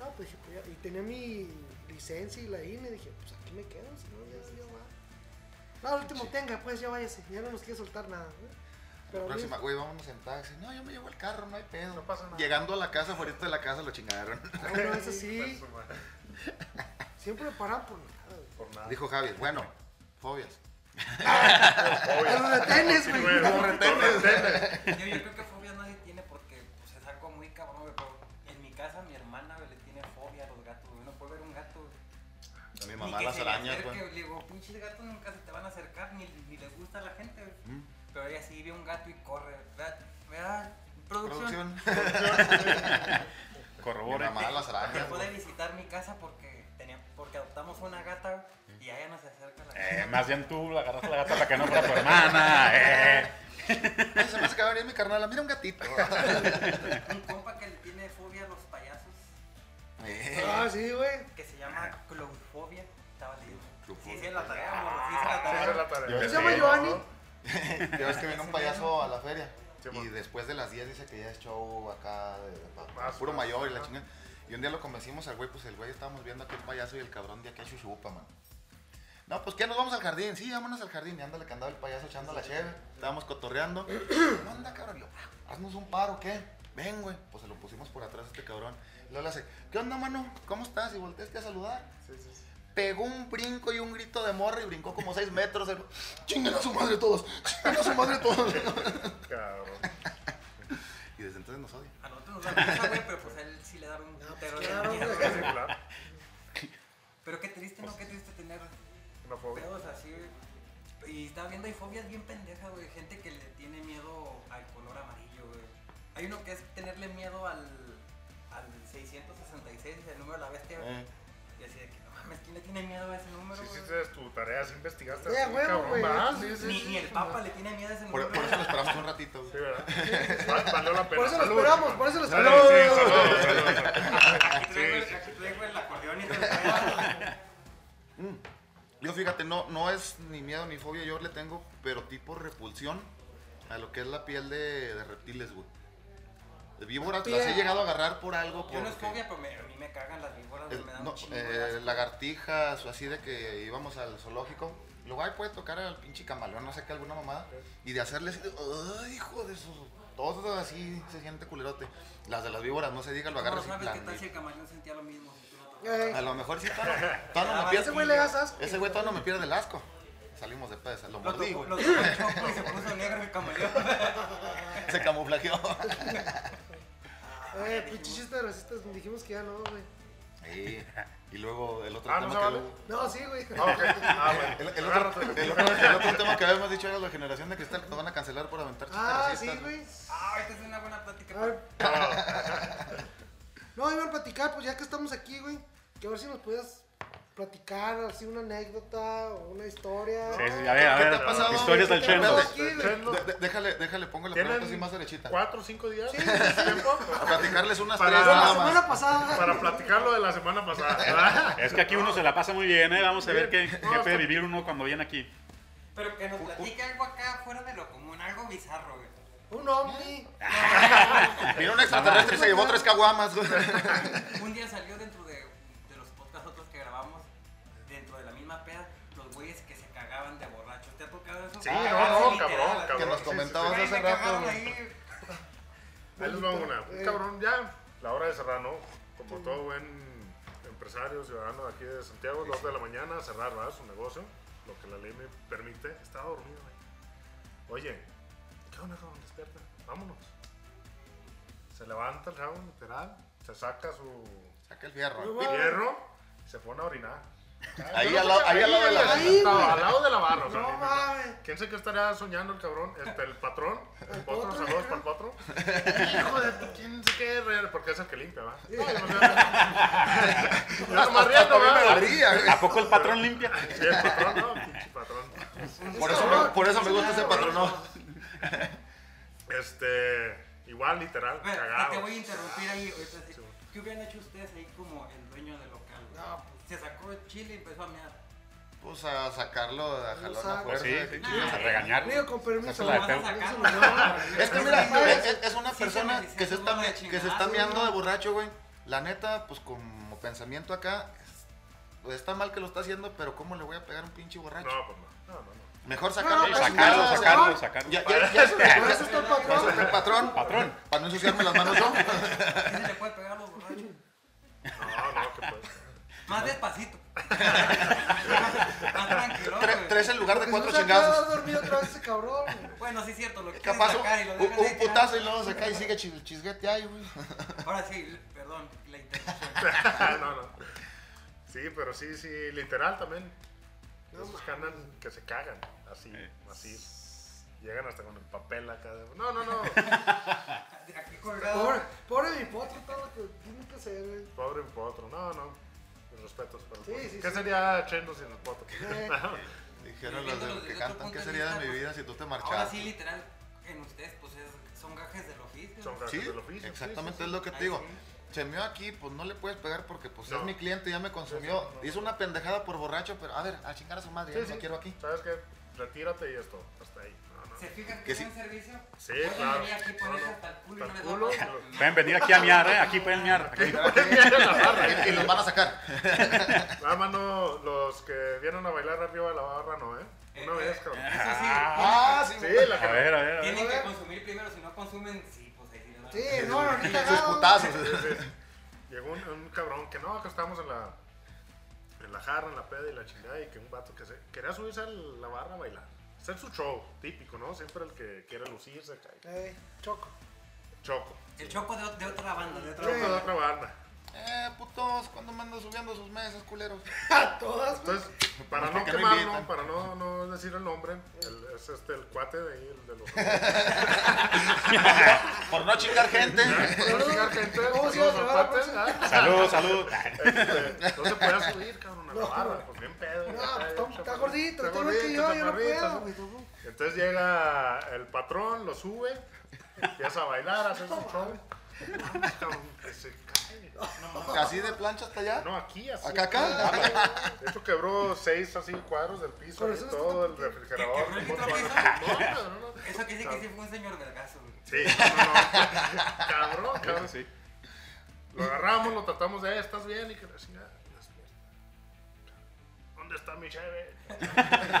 Speaker 4: No, pues dije, pues, ya- y tenía mi licencia y la INE, dije, pues aquí me quedo, si no, ya, ya va. No, al último tenga, pues ya váyase, ya no nos quiere soltar nada, güey. Pero a mí-
Speaker 1: Próxima, güey, vámonos en taxi. No, yo me llevo el carro, no hay pedo.
Speaker 5: No pasa nada.
Speaker 1: Llegando a la casa, fuera de la casa, lo chingaron.
Speaker 4: a una vez así,
Speaker 5: Por su madre.
Speaker 4: siempre me paran por nada, güey.
Speaker 5: Por nada.
Speaker 1: Dijo Javier, bueno, fobias.
Speaker 4: A los retenes, güey.
Speaker 5: Bueno,
Speaker 1: Los retenes.
Speaker 5: los retenes.
Speaker 3: Yo, yo creo que fobia nadie tiene porque pues, es algo muy cabrón, güey. pero En mi casa, mi hermana güey, le tiene fobia a los gatos, güey. No puede ver un gato, güey.
Speaker 1: Mi
Speaker 3: Ni
Speaker 1: mamá pues.
Speaker 3: que
Speaker 1: las
Speaker 3: se le
Speaker 1: arañas,
Speaker 3: acerque,
Speaker 1: güey.
Speaker 3: Le digo, pinches gatos nunca se te van a acercar, ni, ni les gusta a la gente, güey.
Speaker 1: Mm.
Speaker 3: Pero ella sí ve un gato y corre. ¿Verdad? ¿Verdad? Producción.
Speaker 1: Producción. Mi
Speaker 2: Corrobore.
Speaker 1: mamá las
Speaker 3: Me
Speaker 1: arañas.
Speaker 3: puede
Speaker 1: güey.
Speaker 3: visitar mi casa porque, tenía, porque adoptamos una gata güey, y a ella no se acerca la
Speaker 2: Eh,
Speaker 3: gata.
Speaker 2: más bien tú agarraste la gata para que no fuera tu hermana. Eh.
Speaker 1: Ay, Se me hace que va a venir mi carnala. Mira un gatito.
Speaker 3: Un compa que le tiene fobia a los payasos,
Speaker 1: Eh.
Speaker 4: Ah, sí, güey.
Speaker 3: que se llama clofobia. Estaba leyendo.
Speaker 1: Clofobia.
Speaker 3: Sí, sí, la tarea, morro, sí, sí, la
Speaker 5: Sí,
Speaker 3: tarea.
Speaker 5: esa es la tarea.
Speaker 4: ¿Se
Speaker 2: Yo-
Speaker 4: llama
Speaker 2: Sí,
Speaker 4: Giovanni?
Speaker 1: Ya ves que viene un payaso a la feria.
Speaker 5: Sí,
Speaker 1: y
Speaker 5: bueno.
Speaker 1: después de las 10 dice que ya es show acá, de, pa-
Speaker 5: Más,
Speaker 1: puro
Speaker 5: más,
Speaker 1: mayor y la
Speaker 5: Ah, ajá.
Speaker 1: chingada. Y un día lo convencimos al güey, pues el güey estábamos viendo aquí el payaso y el cabrón de aquí a Chuchupa, man. No, pues ¿qué? ¿Nos vamos al jardín? Sí, vámonos al jardín. Y ándale que andaba el payaso echando la cheve. Estábamos cotorreando. ¿Qué onda, cabrón? Y yo, "Ah, haznos un paro, ¿qué? Ven, güey. Pues se lo pusimos por atrás a este cabrón. Y luego le hace, ¿qué onda, mano? ¿Cómo estás? Y volteaste a saludar
Speaker 5: Sí, sí, sí.
Speaker 1: pegó un brinco y un grito de morro y brincó como 6 metros. El... ¡Chinguen a su madre todos! ¡Chinguen a su madre todos!
Speaker 5: Cabrón.
Speaker 1: y desde entonces nos odia.
Speaker 3: A nosotros nos da risa, güey, pero pues a él sí le da un putero de
Speaker 4: claro,
Speaker 3: miedo,
Speaker 5: Sí,
Speaker 3: güey.
Speaker 5: sí, claro.
Speaker 3: Pero qué triste, ¿no? Qué triste tener
Speaker 5: Una fobia.
Speaker 3: pedos así, güey. Y estaba viendo, hay fobias bien pendejas, güey. Gente que le tiene miedo al color amarillo, güey. Hay uno que es tenerle miedo al, al 666, el número de la bestia, güey.
Speaker 1: Eh,
Speaker 3: Y así de que, no mames, ¿quién le tiene miedo a ese número,
Speaker 5: Sí, sí,
Speaker 3: güey?
Speaker 5: esa es tu tarea, sí investigaste.
Speaker 4: Sí, a
Speaker 5: así,
Speaker 4: huevo,
Speaker 5: cabrón,
Speaker 4: güey.
Speaker 5: ¿verdad? Sí,
Speaker 3: Ni,
Speaker 5: sí, sí.
Speaker 3: ni el papa le tiene miedo a ese número.
Speaker 1: por, por eso lo esperamos un ratito. güey.
Speaker 5: Sí, ¿verdad? Val- Valió la pena.
Speaker 4: Por eso lo
Speaker 5: Salud,
Speaker 4: esperamos,
Speaker 5: chicos.
Speaker 4: por eso lo
Speaker 5: Salud,
Speaker 4: esperamos.
Speaker 5: sí, salud, salud, salud.
Speaker 3: Aquí traigo,
Speaker 5: Sí,
Speaker 3: aquí traigo el acordeón y todo el pedo, güey.
Speaker 1: Yo fíjate, no, no es ni miedo ni fobia, yo le tengo, pero tipo repulsión a lo que es la piel de, de reptiles, güey. De víboras las he
Speaker 4: Piel.
Speaker 1: llegado a agarrar por algo.
Speaker 3: Yo no es
Speaker 1: porque-
Speaker 3: fobia, pero me- a mí me cagan las víboras,
Speaker 1: el-
Speaker 3: me dan
Speaker 1: no,
Speaker 3: un chingo de
Speaker 1: eh,
Speaker 3: asco.
Speaker 1: lagartijas o así de que íbamos al zoológico. Luego ahí puede tocar al pinche camaleón, no sé qué, alguna mamada. Y de hacerle así, de, "Ay, hijo de su. Todo así se siente culerote. Las de las víboras, no se diga, lo
Speaker 3: ¿Cómo
Speaker 1: agarras y
Speaker 3: sabes que
Speaker 1: plan,
Speaker 3: tal si el camaleón sentía lo mismo? Si tú lo tocabas?
Speaker 4: Ey,
Speaker 1: A lo mejor sí, todavía no- todavía no
Speaker 3: Ah,
Speaker 1: me
Speaker 4: ese güey le
Speaker 1: pierde.
Speaker 4: das asco.
Speaker 1: Ese güey todavía no me pierde el asco. Salimos de pesa, lo
Speaker 3: Lo
Speaker 1: mordí,
Speaker 3: tocó,
Speaker 1: güey.
Speaker 3: lo tocó el choco y se puso negro el camaleón.
Speaker 1: Se camuflajeó.
Speaker 4: Eh, pinche chiste racista, dijimos que ya no, güey.
Speaker 1: Sí. Y luego el otro
Speaker 5: Ah, ¿no
Speaker 1: tema
Speaker 5: se
Speaker 1: que.
Speaker 5: vale?
Speaker 4: No, sí, güey.
Speaker 5: Ah, ok. Ah, bueno.
Speaker 1: El, el otro,
Speaker 5: Agárrate.
Speaker 1: el otro- el otro tema que habíamos dicho era la generación de cristal que nos van a cancelar por aventar chistes
Speaker 4: Ah, sí,
Speaker 1: racistas,
Speaker 4: güey.
Speaker 3: Ah, esta es una buena plática.
Speaker 4: A ver. No, iba a platicar, pues ya que estamos aquí, güey, que a ver si nos puedes platicar así una anécdota o una historia.
Speaker 2: Sí, sí, a ver, a
Speaker 1: ¿Qué te ha
Speaker 2: ver.
Speaker 1: pasado?
Speaker 2: Historias
Speaker 1: ¿Qué
Speaker 2: del
Speaker 1: te ha
Speaker 2: Chendo.
Speaker 1: pasado?
Speaker 4: Aquí, güey.
Speaker 5: Chendo,
Speaker 1: De- de- déjale, déjale, pongo la pregunta así
Speaker 5: ¿Tienen
Speaker 1: Pues más derechita.
Speaker 5: cuatro o cinco días?
Speaker 4: Sí, sí, sí.
Speaker 5: ¿Tiempo?
Speaker 1: A platicarles unas
Speaker 5: Para-
Speaker 1: tres
Speaker 4: Bueno,
Speaker 1: nada
Speaker 4: la
Speaker 1: más.
Speaker 4: semana pasada.
Speaker 5: Para platicar lo de la semana pasada. ¿verdad?
Speaker 2: Es que aquí uno se la pasa muy bien, ¿eh? Vamos a ver qué,
Speaker 5: Bien.
Speaker 2: qué
Speaker 5: No, está-
Speaker 2: puede vivir uno cuando viene aquí.
Speaker 3: Pero que nos platique algo acá fuera de lo común, algo bizarro, güey.
Speaker 4: Un ovni.
Speaker 1: Vino un extraterrestre y se llevó tres caguamas, güey.
Speaker 3: Un día salió dentro de, de los podcasts otros que grabamos, dentro de la misma peda, los güeyes que se cagaban de borrachos. ¿Te ha tocado eso?
Speaker 5: Sí, no, no, Ah, cabrón,
Speaker 1: Que
Speaker 5: cabrón.
Speaker 1: nos
Speaker 5: Sí,
Speaker 1: comentabas
Speaker 5: sí,
Speaker 3: Ay,
Speaker 1: hace
Speaker 3: me cagaron
Speaker 1: rato. güey.
Speaker 3: ahí.
Speaker 5: Ahí les va una.
Speaker 4: Eh.
Speaker 5: Un cabrón, ya. La hora de cerrar, ¿no? Como todo buen empresario, ciudadano de aquí de Santiago, dos de la mañana, cerrar, ¿verdad? Su negocio, lo que la ley me permite. Estaba dormido, güey. Oye, ¿qué onda, cabrón? Despierta. Vámonos. Se levanta el cabrón, literal. Se saca su
Speaker 1: Saca el fierro.
Speaker 4: Güey.
Speaker 5: hierro y se pone a orinar.
Speaker 1: Ahí al lado- ahí al lado de la-
Speaker 4: Ahí, güey.
Speaker 5: Estaba al lado de la barra. o sea,
Speaker 4: No
Speaker 5: ni-
Speaker 4: mames.
Speaker 5: ¿Quién sé qué estaría soñando el cabrón? Este, el patrón. El potro,
Speaker 4: potro.
Speaker 5: saludos para el potro. Hijo de tu, quién sé qué, re- porque es el que limpia, ¿va? No, yo no sé. Yo nomás riendo,
Speaker 1: Todavía me
Speaker 5: ¿va?
Speaker 1: dolía, güey.
Speaker 2: ¿A poco el patrón limpia?
Speaker 5: Sí, el patrón, no, pinche patrón.
Speaker 1: Por eso me, por eso me gusta ese patrono.
Speaker 5: Este, igual, literal,
Speaker 3: Espera, te
Speaker 5: cagado.
Speaker 3: voy a interrumpir ahí. ahorita sí. ¿Qué hubieran hecho ustedes ahí como el dueño del local? güey?
Speaker 4: No, pues.
Speaker 3: Se sacó el chile y empezó a mear.
Speaker 1: Pues a sacarlo, a
Speaker 4: Lo
Speaker 1: jalarlo
Speaker 4: saco.
Speaker 1: a
Speaker 2: Pues
Speaker 1: fuerza.
Speaker 2: sí, sí, sí, a regañar.
Speaker 4: Digo, con permiso.
Speaker 2: Sácala de
Speaker 4: no,
Speaker 2: pedo.
Speaker 4: eso no.
Speaker 1: Es que mira, es, es- es una
Speaker 3: Sí, se
Speaker 1: persona
Speaker 3: me- sí,
Speaker 1: que se
Speaker 3: se
Speaker 1: está,
Speaker 3: me
Speaker 1: mi-
Speaker 3: chingazo,
Speaker 1: que se está
Speaker 3: ¿no?
Speaker 1: meando de borracho, güey. La neta, pues como pensamiento acá, es- pues, está mal que lo está haciendo, pero ¿cómo le voy a pegar a un pinche borracho?
Speaker 5: No, pues no. No, no, no.
Speaker 1: Mejor
Speaker 4: No,
Speaker 1: sacarlo.
Speaker 4: no,
Speaker 2: Sí,
Speaker 1: a
Speaker 4: pues,
Speaker 2: sacarlo,
Speaker 1: chingadas,
Speaker 4: no,
Speaker 2: sacarlo,
Speaker 4: no.
Speaker 2: sacarlo.
Speaker 1: Ya, ya, ya,
Speaker 4: Por eso está el
Speaker 1: Para eso
Speaker 4: patrón.
Speaker 1: está el patrón.
Speaker 2: Patrón.
Speaker 1: Para no ensuciarme las manos yo.
Speaker 3: ¿Qué se le puede pegar a los borrachos?
Speaker 5: No, no, que pues.
Speaker 3: Más despacito. Más tranquilo.
Speaker 1: Tre-
Speaker 3: güey.
Speaker 1: tres en lugar de
Speaker 4: Pues
Speaker 1: cuatro
Speaker 4: no se
Speaker 1: chingados.
Speaker 4: acaba de dormir otra vez ese cabrón. güey.
Speaker 3: Bueno, sí es cierto, lo quieres
Speaker 1: Capaz
Speaker 3: sacar y lo
Speaker 1: un,
Speaker 3: dejas
Speaker 1: un
Speaker 3: ahí tirado.
Speaker 1: putazo y luego se cae y sigue chis- chisguete ahí, güey.
Speaker 3: Ahora sí, perdón, la interrupción.
Speaker 5: no, no. Sí, pero sí, sí, literal también. Esos que andan, que se cagan, así,
Speaker 2: Eh.
Speaker 5: así. Llegan hasta con el papel acá. de- No, no, no.
Speaker 3: Aquí colgado.
Speaker 4: Pobre, pobre mi potro, todo lo que tiene que ser, güey.
Speaker 5: Pobre mi potro. No, no. Mis respetos para el
Speaker 4: Sí,
Speaker 5: potro.
Speaker 4: sí,
Speaker 5: ¿Qué
Speaker 4: sí.
Speaker 5: sería Chendo sin el potro?
Speaker 4: Eh.
Speaker 1: Dijeron los
Speaker 3: Viéndolo
Speaker 1: de los
Speaker 3: desde
Speaker 1: que
Speaker 3: otro
Speaker 1: cantan,
Speaker 3: punto
Speaker 1: ¿qué
Speaker 3: de
Speaker 1: sería de
Speaker 3: vista,
Speaker 1: mi
Speaker 3: pues,
Speaker 1: vida si tú te
Speaker 3: Ahora
Speaker 1: marchabas?
Speaker 3: sí, literal, en ustedes, pues es- son gajes del oficio.
Speaker 5: Son gajes
Speaker 1: Sí,
Speaker 5: del oficio. sí,
Speaker 1: exactamente
Speaker 5: sí,
Speaker 1: es
Speaker 5: sí.
Speaker 1: lo que te
Speaker 3: Ahí
Speaker 1: digo.
Speaker 3: sí.
Speaker 1: Se meó aquí, pues no le puedes pegar porque pues
Speaker 5: No.
Speaker 1: es mi cliente, ya me consumió.
Speaker 5: Sí, sí, no.
Speaker 1: Hizo una pendejada por borracho, pero a ver, a chingar a su madre, ya
Speaker 5: Sí,
Speaker 1: no
Speaker 5: sí.
Speaker 1: lo quiero aquí.
Speaker 5: ¿Sabes qué? Retírate y esto. Hasta ahí. No, no.
Speaker 3: ¿Se fijan que
Speaker 1: Que
Speaker 3: es
Speaker 1: sí.
Speaker 3: un servicio?
Speaker 5: Sí,
Speaker 3: Pueden
Speaker 5: claro.
Speaker 3: venir aquí,
Speaker 5: No,
Speaker 3: ponerse
Speaker 5: no.
Speaker 3: hasta el culo y no
Speaker 5: Hasta
Speaker 3: les
Speaker 5: el culo.
Speaker 3: va a pasar
Speaker 2: Pueden venir aquí a miar, ¿eh? Aquí pueden miar. Aquí.
Speaker 5: Ah,
Speaker 1: Y, y los van a sacar.
Speaker 5: Nada más no, los que vienen a bailar arriba de la barra, no, ¿eh? Una
Speaker 3: Eh,
Speaker 5: vez,
Speaker 3: eh,
Speaker 5: cabrón.
Speaker 1: Ah, sí.
Speaker 5: Sí, la
Speaker 2: A ver,
Speaker 5: que
Speaker 2: a ver, a ver.
Speaker 3: Tienen
Speaker 4: A
Speaker 3: que
Speaker 4: ver.
Speaker 3: consumir primero, si no consumen, sí, pues ahí sí les va a
Speaker 4: Sí,
Speaker 3: pasar.
Speaker 4: no, no, ni
Speaker 1: Eh, Sus
Speaker 4: cagado.
Speaker 1: putazos.
Speaker 5: Llegó un, un cabrón que no, que estábamos en la, en la jarra, en la peda y la chingada, y que un vato que se, quería subirse a la barra a bailar. Hacer su show, típico, ¿no? Siempre el que quiere lucirse, cae.
Speaker 4: Eh, choco.
Speaker 5: Choco.
Speaker 3: El choco de, de otra banda, de otra
Speaker 5: Choco de
Speaker 3: banda.
Speaker 5: otra banda.
Speaker 1: Eh, putos, ¿cuándo me andan subiendo sus mesas, culeros?
Speaker 4: A todas, güey.
Speaker 5: Entonces, para
Speaker 1: Porque
Speaker 5: no
Speaker 1: que no
Speaker 5: quemarlo,
Speaker 1: invitan.
Speaker 5: para no, no decir el nombre, el- es este, el cuate de ahí, el de los...
Speaker 1: Por no chingar gente.
Speaker 5: Para no chingar gente,
Speaker 4: ¿Cómo se
Speaker 5: saludos
Speaker 4: llama
Speaker 5: al
Speaker 4: la barra,
Speaker 5: cuate,
Speaker 4: pues?
Speaker 5: ¿ah?
Speaker 2: Salud, salud.
Speaker 5: Este, no se podía subir, cabrón, a la
Speaker 4: No.
Speaker 5: barra, pues bien pedo.
Speaker 4: No,
Speaker 5: ya
Speaker 4: pues,
Speaker 5: está,
Speaker 4: está, está gordito, está
Speaker 5: está
Speaker 4: igual que yo, yo no
Speaker 5: chaparrito,
Speaker 4: puedo,
Speaker 5: ¿no?
Speaker 4: güey. no.
Speaker 5: Entonces llega el patrón, lo sube, empieza a bailar, a hacer su show. Vamos, cabrón, que se cae.
Speaker 1: Así de plancha hasta allá.
Speaker 5: No, Ah, aquí, así.
Speaker 1: Acá, acá.
Speaker 5: De hecho, quebró seis así cuadros del piso,
Speaker 4: Por
Speaker 5: y
Speaker 4: eso está
Speaker 5: todo el
Speaker 4: tan-
Speaker 5: refrigerador.
Speaker 3: ¿Quebró el
Speaker 5: todo.
Speaker 3: micropiso?
Speaker 5: No, no, no.
Speaker 3: Eso quiere decir que sí fue un señor vergazo, güey.
Speaker 5: Sí, no, no, no. Cabrón, cabrón.
Speaker 2: Sí, sí.
Speaker 5: Lo agarramos, lo tratamos de, "Eh, ¿estás bien? Y que la chingada. las mierdas. ¿Dónde está mi cheve?